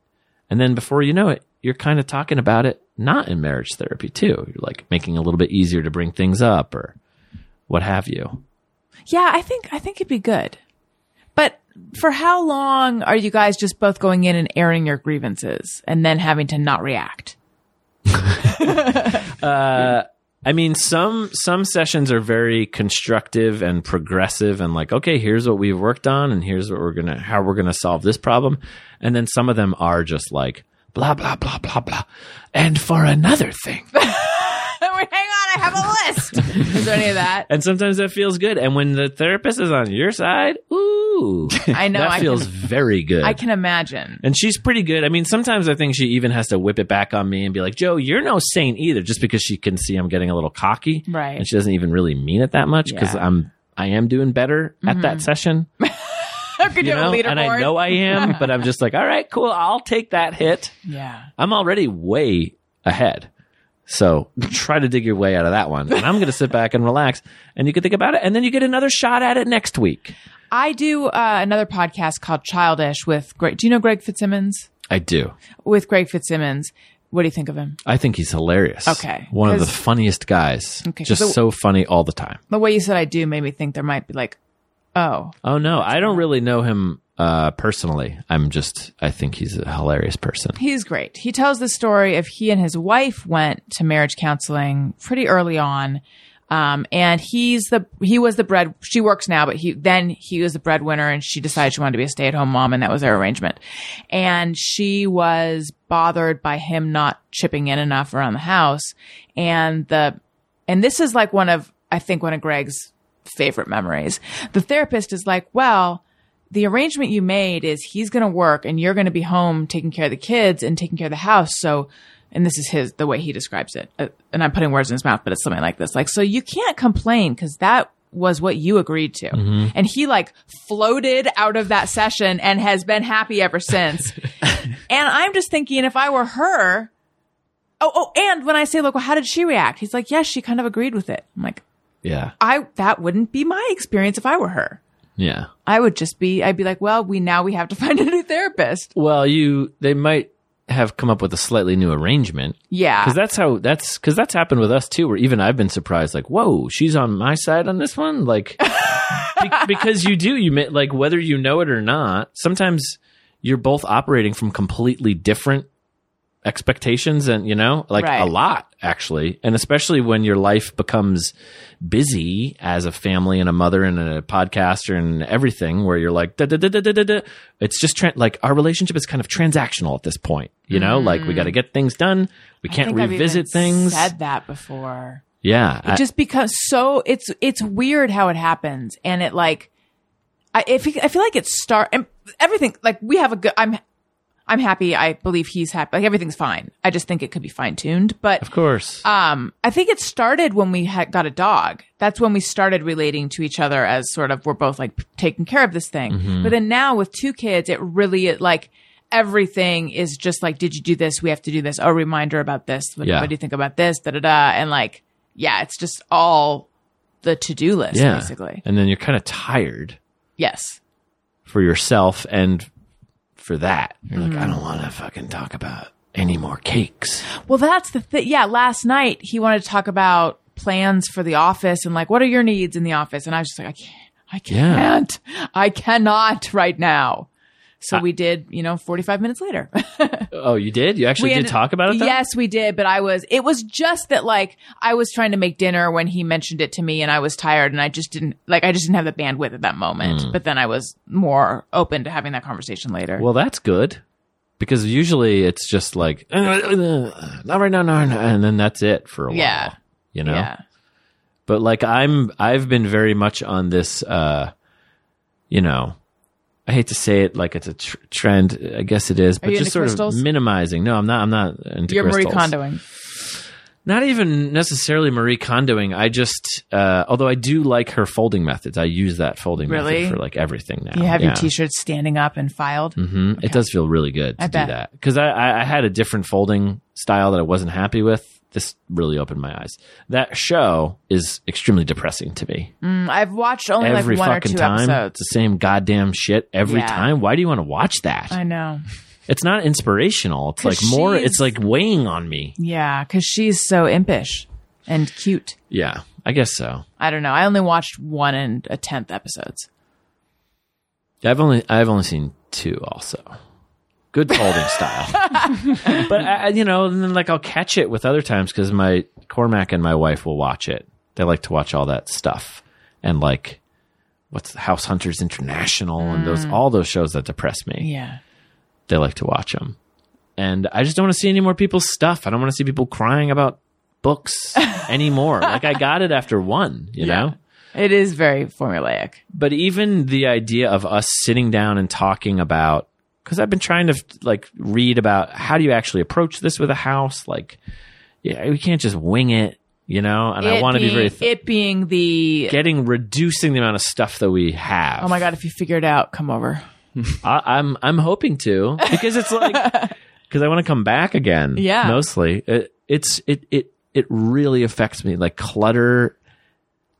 and then before you know it, you're kind of talking about it not in marriage therapy too. You're like making it a little bit easier to bring things up or what have you. Yeah, I think I think it'd be good. But for how long are you guys just both going in and airing your grievances and then having to not react? I mean, some some sessions are very constructive and progressive, and like, okay, here's what we've worked on, and here's what we're gonna how we're gonna solve this problem. And then some of them are just like blah blah blah blah blah. And for another thing, Hang on, I have a list. Is there any of that? and sometimes that feels good. And when the therapist is on your side, ooh, I know, that I feels can- very good. I can imagine. and she's pretty good. I mean, sometimes I think she even has to whip it back on me and be like, Joe, you're no saint either, just because she can see I'm getting a little cocky. Right. And she doesn't even really mean it that much because Yeah. I'm I am doing better at that session. How could you, You have know? a leaderboard? And I know I am, but I'm just like, all right, cool, I'll take that hit. yeah. I'm already way ahead. So try to dig your way out of that one. And I'm gonna sit back and relax and you can think about it and then you get another shot at it next week. I do uh, another podcast called Childish with Greg. Do you know Greg Fitzsimmons? I do. With Greg Fitzsimmons. What do you think of him? I think he's hilarious. Okay. One of the 'Cause- funniest guys. Okay, Just so- so funny all the time. The way you said I do made me think there might be like, oh, Oh no, I don't really know him uh, personally. I'm just I think he's a hilarious person. He's great. He tells the story of he and his wife went to marriage counseling pretty early on. Um, and he's the, he was the bread, she works now, but he, then he was the breadwinner and she decided she wanted to be a stay at home mom and that was their arrangement. And she was bothered by him not chipping in enough around the house. And the, and this is like one of, I think one of Greg's favorite memories. The therapist is like, well, the arrangement you made is he's going to work and you're going to be home taking care of the kids and taking care of the house. So, and this is his, the way he describes it. Uh, and I'm putting words in his mouth, but it's something like this. Like, so you can't complain because that was what you agreed to. And he like floated out of that session and has been happy ever since. and I'm just thinking if I were her, oh, oh, and when I say, look, well, how did she react? He's like, yes, she kind of agreed with it. I'm like, Yeah. I, that wouldn't be my experience if I were her. Yeah. I would just be, I'd be like, well, we now we have to find a new therapist. Well, you they might have come up with a slightly new arrangement Yeah. because that's how that's because that's happened with us too. Where even I've been surprised, like, whoa, she's on my side on this one, like be- because you do you ma- like whether you know it or not. Sometimes you're both operating from completely different expectations and you know like Right. a lot actually and especially when your life becomes busy as a family and a mother and a podcaster and everything where you're like da, da, da, da, da, da, da. it's just tran like our relationship is kind of transactional at this point you know like we got to get things done we can't Mm. I've revisit even things Said that before. yeah I- It just becomes so it's it's weird how it happens, and it like I if I feel like it start and everything like we have a good I'm I'm happy. I believe he's happy. Like everything's fine. I just think it could be fine tuned. But Of course. um, I think it started when we had got a dog. That's when we started relating to each other as sort of we're both like taking care of this thing. Mm-hmm. But then now with two kids, it really it like everything is just like, did you do this? We have to do this. Oh, reminder about this. What, Yeah. what do you think about this? Da da da. And like, yeah, it's just all the to do list yeah. basically. And then you're kind of tired Yes. for yourself and for that. You're Mm-hmm. like, I don't want to fucking talk about any more cakes. Well, that's the thing. Yeah, last night he wanted to talk about plans for the office and like, what are your needs in the office? And I was just like, I can't, I Yeah. can't, I cannot right now. So we did, you know, 45 minutes later. Oh, you did? You actually We did ended- talk about it? Though? Yes, we did. But I was, it was just that like I was trying to make dinner when he mentioned it to me and I was tired and I just didn't, like, I just didn't have the bandwidth at that moment. But then I was more open to having that conversation later. Mm. Well, that's good because usually it's just like, "Uh, uh, uh, not right now, no, no, and then that's it for a while. Yeah. You know? Yeah. but like i'm i've been very much on this uh you know i hate to say it like it's a tr- trend i guess it is but you just into sort crystals? of minimizing no i'm not i'm not into You're Marie crystals. Kondoing. not even necessarily marie kondoing i just uh although i do like her folding methods i use that folding Really? method for like everything now You have Yeah. your t shirts standing up and filed. Mhm. It does feel really good to I do bet. that because I, I, I had a different folding style that I wasn't happy with. This really opened my eyes. That show is extremely depressing to me. I've watched only every like one or fucking two time. episodes. It's the same goddamn shit every Yeah. time. Why do you want to watch that? I know. it's not inspirational. It's like 'Cause more. she's- It's like weighing on me. Yeah, because she's so impish and cute. Yeah, I guess so. I don't know. I only watched one and a tenth episodes. I've only I've only seen two. Also, good folding style. but I, I- you know, and then like I'll catch it with other times because my Cormac and my wife will watch it. They like to watch all that stuff and like what's the House Hunters International and those all those shows that depress me. Yeah. they like to watch them. And I just don't want to see any more people's stuff. I don't want to see people crying about books anymore. like I got it after one, you know? It is very formulaic. But even the idea of us sitting down and talking about cuz I've been trying to like read about how do you actually approach this with a house? Like yeah, we can't just wing it, you know? And I It want to be being- very th- it being the getting reducing the amount of stuff that we have. Oh my god, if you figure it out, come over. I, I'm I'm hoping to because it's like because I want to come back again. Yeah. mostly it, it's it it it really affects me like clutter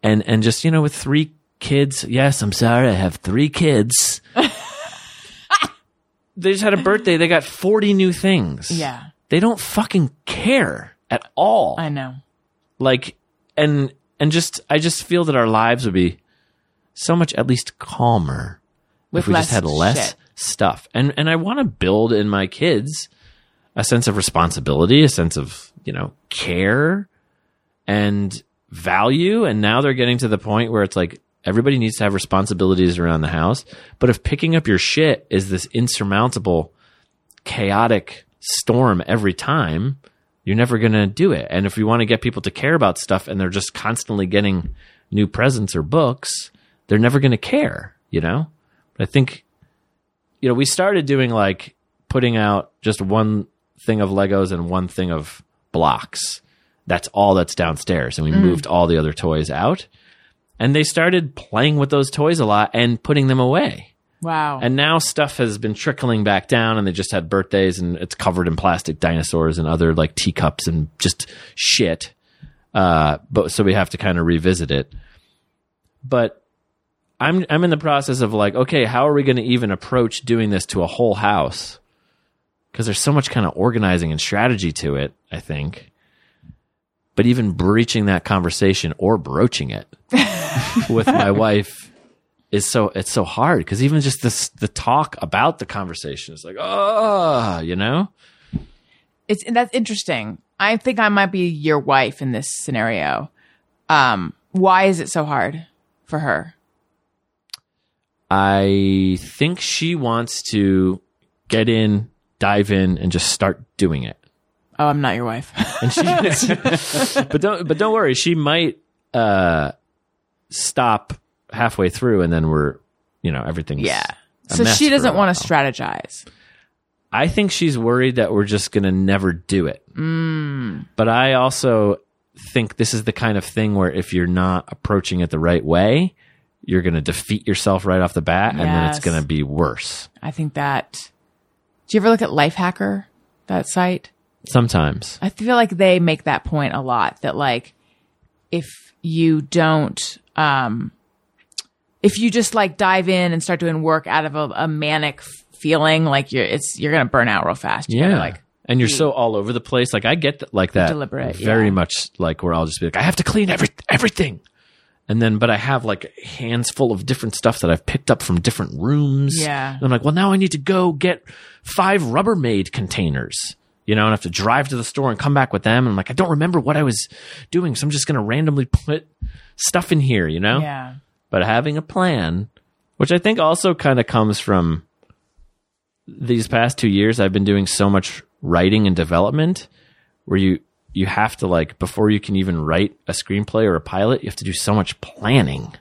and and just you know with three kids. Yes, I'm sorry, I have three kids. they just had a birthday. They got forty new things. Yeah. they don't fucking care at all I know. like and and just i just feel that our lives would be so much at least calmer With if we less just had less shit. stuff and and i want to build in my kids a sense of responsibility a sense of you know care and value and now they're getting to the point where it's like everybody needs to have responsibilities around the house but if picking up your shit is this insurmountable chaotic storm every time, you're never going to do it. And if you want to get people to care about stuff and they're just constantly getting new presents or books, they're never going to care, you know? But I think, you know, we started doing like putting out just one thing of Legos and one thing of blocks. That's all that's downstairs. And we moved all the other toys out. And they started playing with those toys a lot and putting them away. Wow. And now stuff has been trickling back down, and they just had birthdays, and it's covered in plastic dinosaurs and other like teacups and just shit. Uh, but so we have to kind of revisit it. But I'm I'm in the process of like, okay, how are we going to even approach doing this to a whole house? Because there's so much kind of organizing and strategy to it. I think. But even breaching that conversation or broaching it with my wife is so it's so hard because even just this the talk about the conversation is like oh you know it's and that's interesting. I think I might be your wife in this scenario. Um, why is it so hard for her? I think she wants to get in dive in and just start doing it Oh, I'm not your wife. and she but don't but don't worry she might uh stop halfway through and then we're you know everything's yeah. a So mess she for a doesn't want while. to strategize. I think she's worried that we're just going to never do it. But I also think this is the kind of thing where if you're not approaching it the right way, you're going to defeat yourself right off the bat and then it's Yes. going to be worse. I think that. Do you ever look at Lifehacker, that site? Sometimes. I feel like they make that point a lot that like if you don't um if you just like dive in and start doing work out of a, a manic f- feeling like you're it's you're gonna burn out real fast. You gotta, Yeah. like and you're so all over the place. Like I get that, like that Deliberate, very yeah. much like where I'll just be like, I have to clean every everything. And then, but I have like hands full of different stuff that I've picked up from different rooms. Yeah. And I'm like, well, now I need to go get five Rubbermaid containers, you know, and I have to drive to the store and come back with them. And I'm like, I don't remember what I was doing. So I'm just going to randomly put stuff in here, you know? Yeah. but having a plan, which I think also kind of comes from these past two years. I've been doing so much writing and development where you you have to like before you can even write a screenplay or a pilot, you have to do so much planning,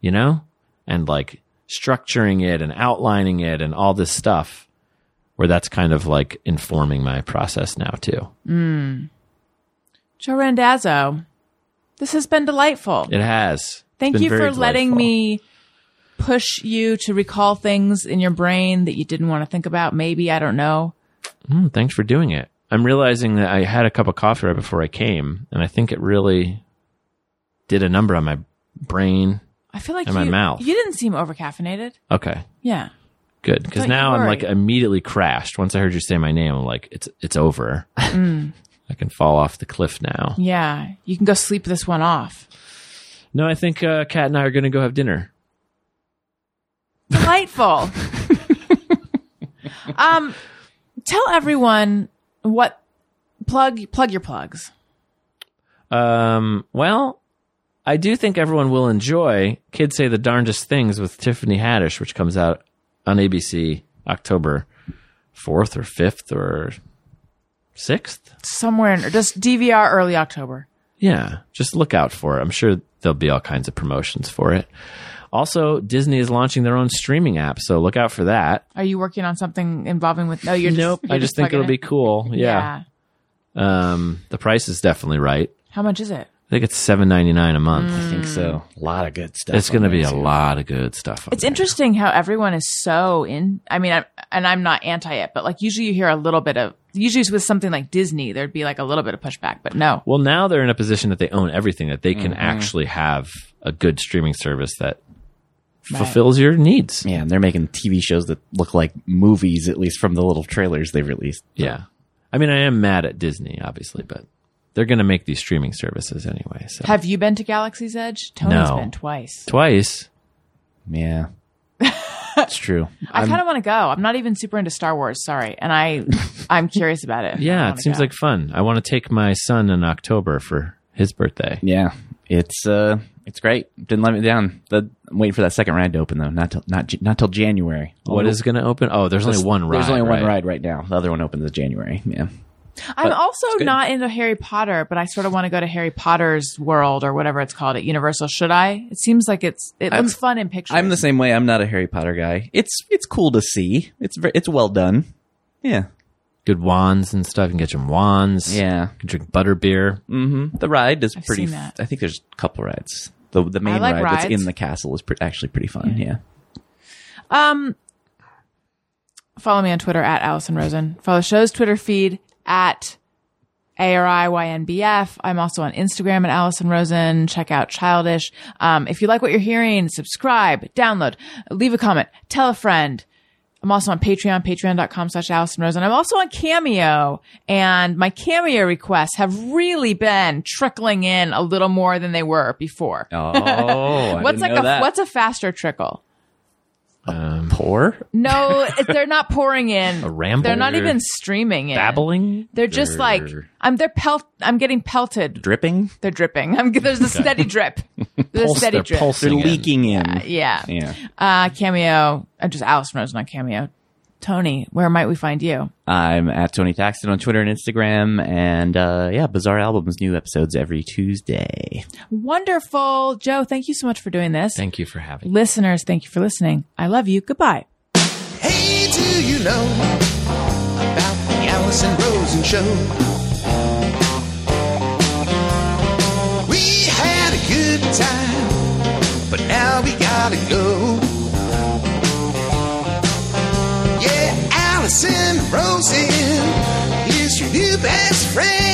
you know, and like structuring it and outlining it and all this stuff. Where that's kind of like informing my process now too. Joe Randazzo, this has been delightful. It has. Thank It's been you for very letting delightful. me push you to recall things in your brain that you didn't want to think about. Maybe I don't know. Mm, thanks for doing it. I'm realizing that I had a cup of coffee right before I came, and I think it really did a number on my brain. I feel like In you, my mouth. you didn't seem over caffeinated. Okay, Yeah. good. Because Don't you now I'm like worry. immediately crashed. Once I heard you say my name, I'm like, it's it's over. I can fall off the cliff now. Yeah. You can go sleep this one off. No, I think uh, Kat and I are going to go have dinner. delightful. um, tell everyone what plug plug your plugs. Um, well, I do think everyone will enjoy Kids Say the Darndest Things with Tiffany Haddish, which comes out on ABC October 4th or 5th or 6th. Somewhere in or just DVR early October. Yeah, just look out for it. I'm sure there'll be all kinds of promotions for it. Also, Disney is launching their own streaming app, so look out for that. Are you working on something involving with? No, you're just, nope, You're I just think it'll plugging be it? cool. Yeah. Um, the price is definitely right. How much is it? I think it's 7.99 a month. Mm. I think so. A lot of good stuff. It's going to on be there, a too. lot of good stuff. on It's there. interesting how everyone is so in. I mean, I'm, and I'm not anti it, but like usually you hear a little bit of. Usually it's with something like Disney, there'd be like a little bit of pushback, but no. Well, now they're in a position that they own everything, that they can actually have a good streaming service that fulfills your needs. Yeah, and they're making TV shows that look like movies, at least from the little trailers they've released. Yeah. I mean, I am mad at Disney, obviously, but they're going to make these streaming services anyway. So Have you been to Galaxy's Edge? Tony's No. been twice. twice. Yeah. it's true. I kind of want to go. I'm not even super into Star Wars. Sorry, and I, I'm curious about it. I Yeah, wanna it seems go. like fun. I want to take my son in October for his birthday. Yeah. It's uh it's great. Didn't let me down. The, I'm waiting for that second ride to open though. Not till not J- not till January. What is going to open? Oh, there's only one ride. There's only one right? ride right now. The other one opens in January. Yeah. I'm also not into Harry Potter, but I sort of want to go to Harry Potter's world or whatever it's called at Universal. Should I? It seems like it's it looks fun in pictures. I'm the same way. I'm not a Harry Potter guy. It's it's cool to see. It's ver- it's well done. Yeah. Good wands and stuff. You can get some wands. Yeah. You can drink butter beer. The ride is pretty seen f- that. I think there's a couple rides. The the main like ride that's rides. in the castle is pre- actually pretty fun. yeah. Um, follow me on Twitter at Allison Rosen. Follow the show's Twitter feed at ARIYNBF. I'm also on Instagram at Allison Rosen. Check out Childish. Um, if you like what you're hearing, subscribe, download, leave a comment, tell a friend. I'm also on Patreon, patreon.com slash Allison Rosen. I'm also on Cameo and my Cameo requests have really been trickling in a little more than they were before. Oh, what's like a, what's a faster trickle? poor? No, it- they're not pouring in. A ramble? They're not even streaming in. Babbling? They're just like I'm. They're pelt. I'm getting pelted. Dripping? They're dripping. I'm. There's a steady drip. There's a Pulse, steady they're They're drip. pulsing. in. leaking in. Yeah. Yeah. Uh, cameo. I'm just Allison Rosen on cameo. Tony, where might we find you? I'm at Tony Taxton on Twitter and Instagram, and uh, yeah, Bizarre Albums new episodes every Tuesday. Wonderful, Joe. Thank you so much for doing this. Thank you for having me. Listeners, thank you for listening. I love you. Goodbye. Hey, do you know Allison Rosen Show. We had a good time, but now we gotta go. Yeah, Allison Rosen is your new best friend.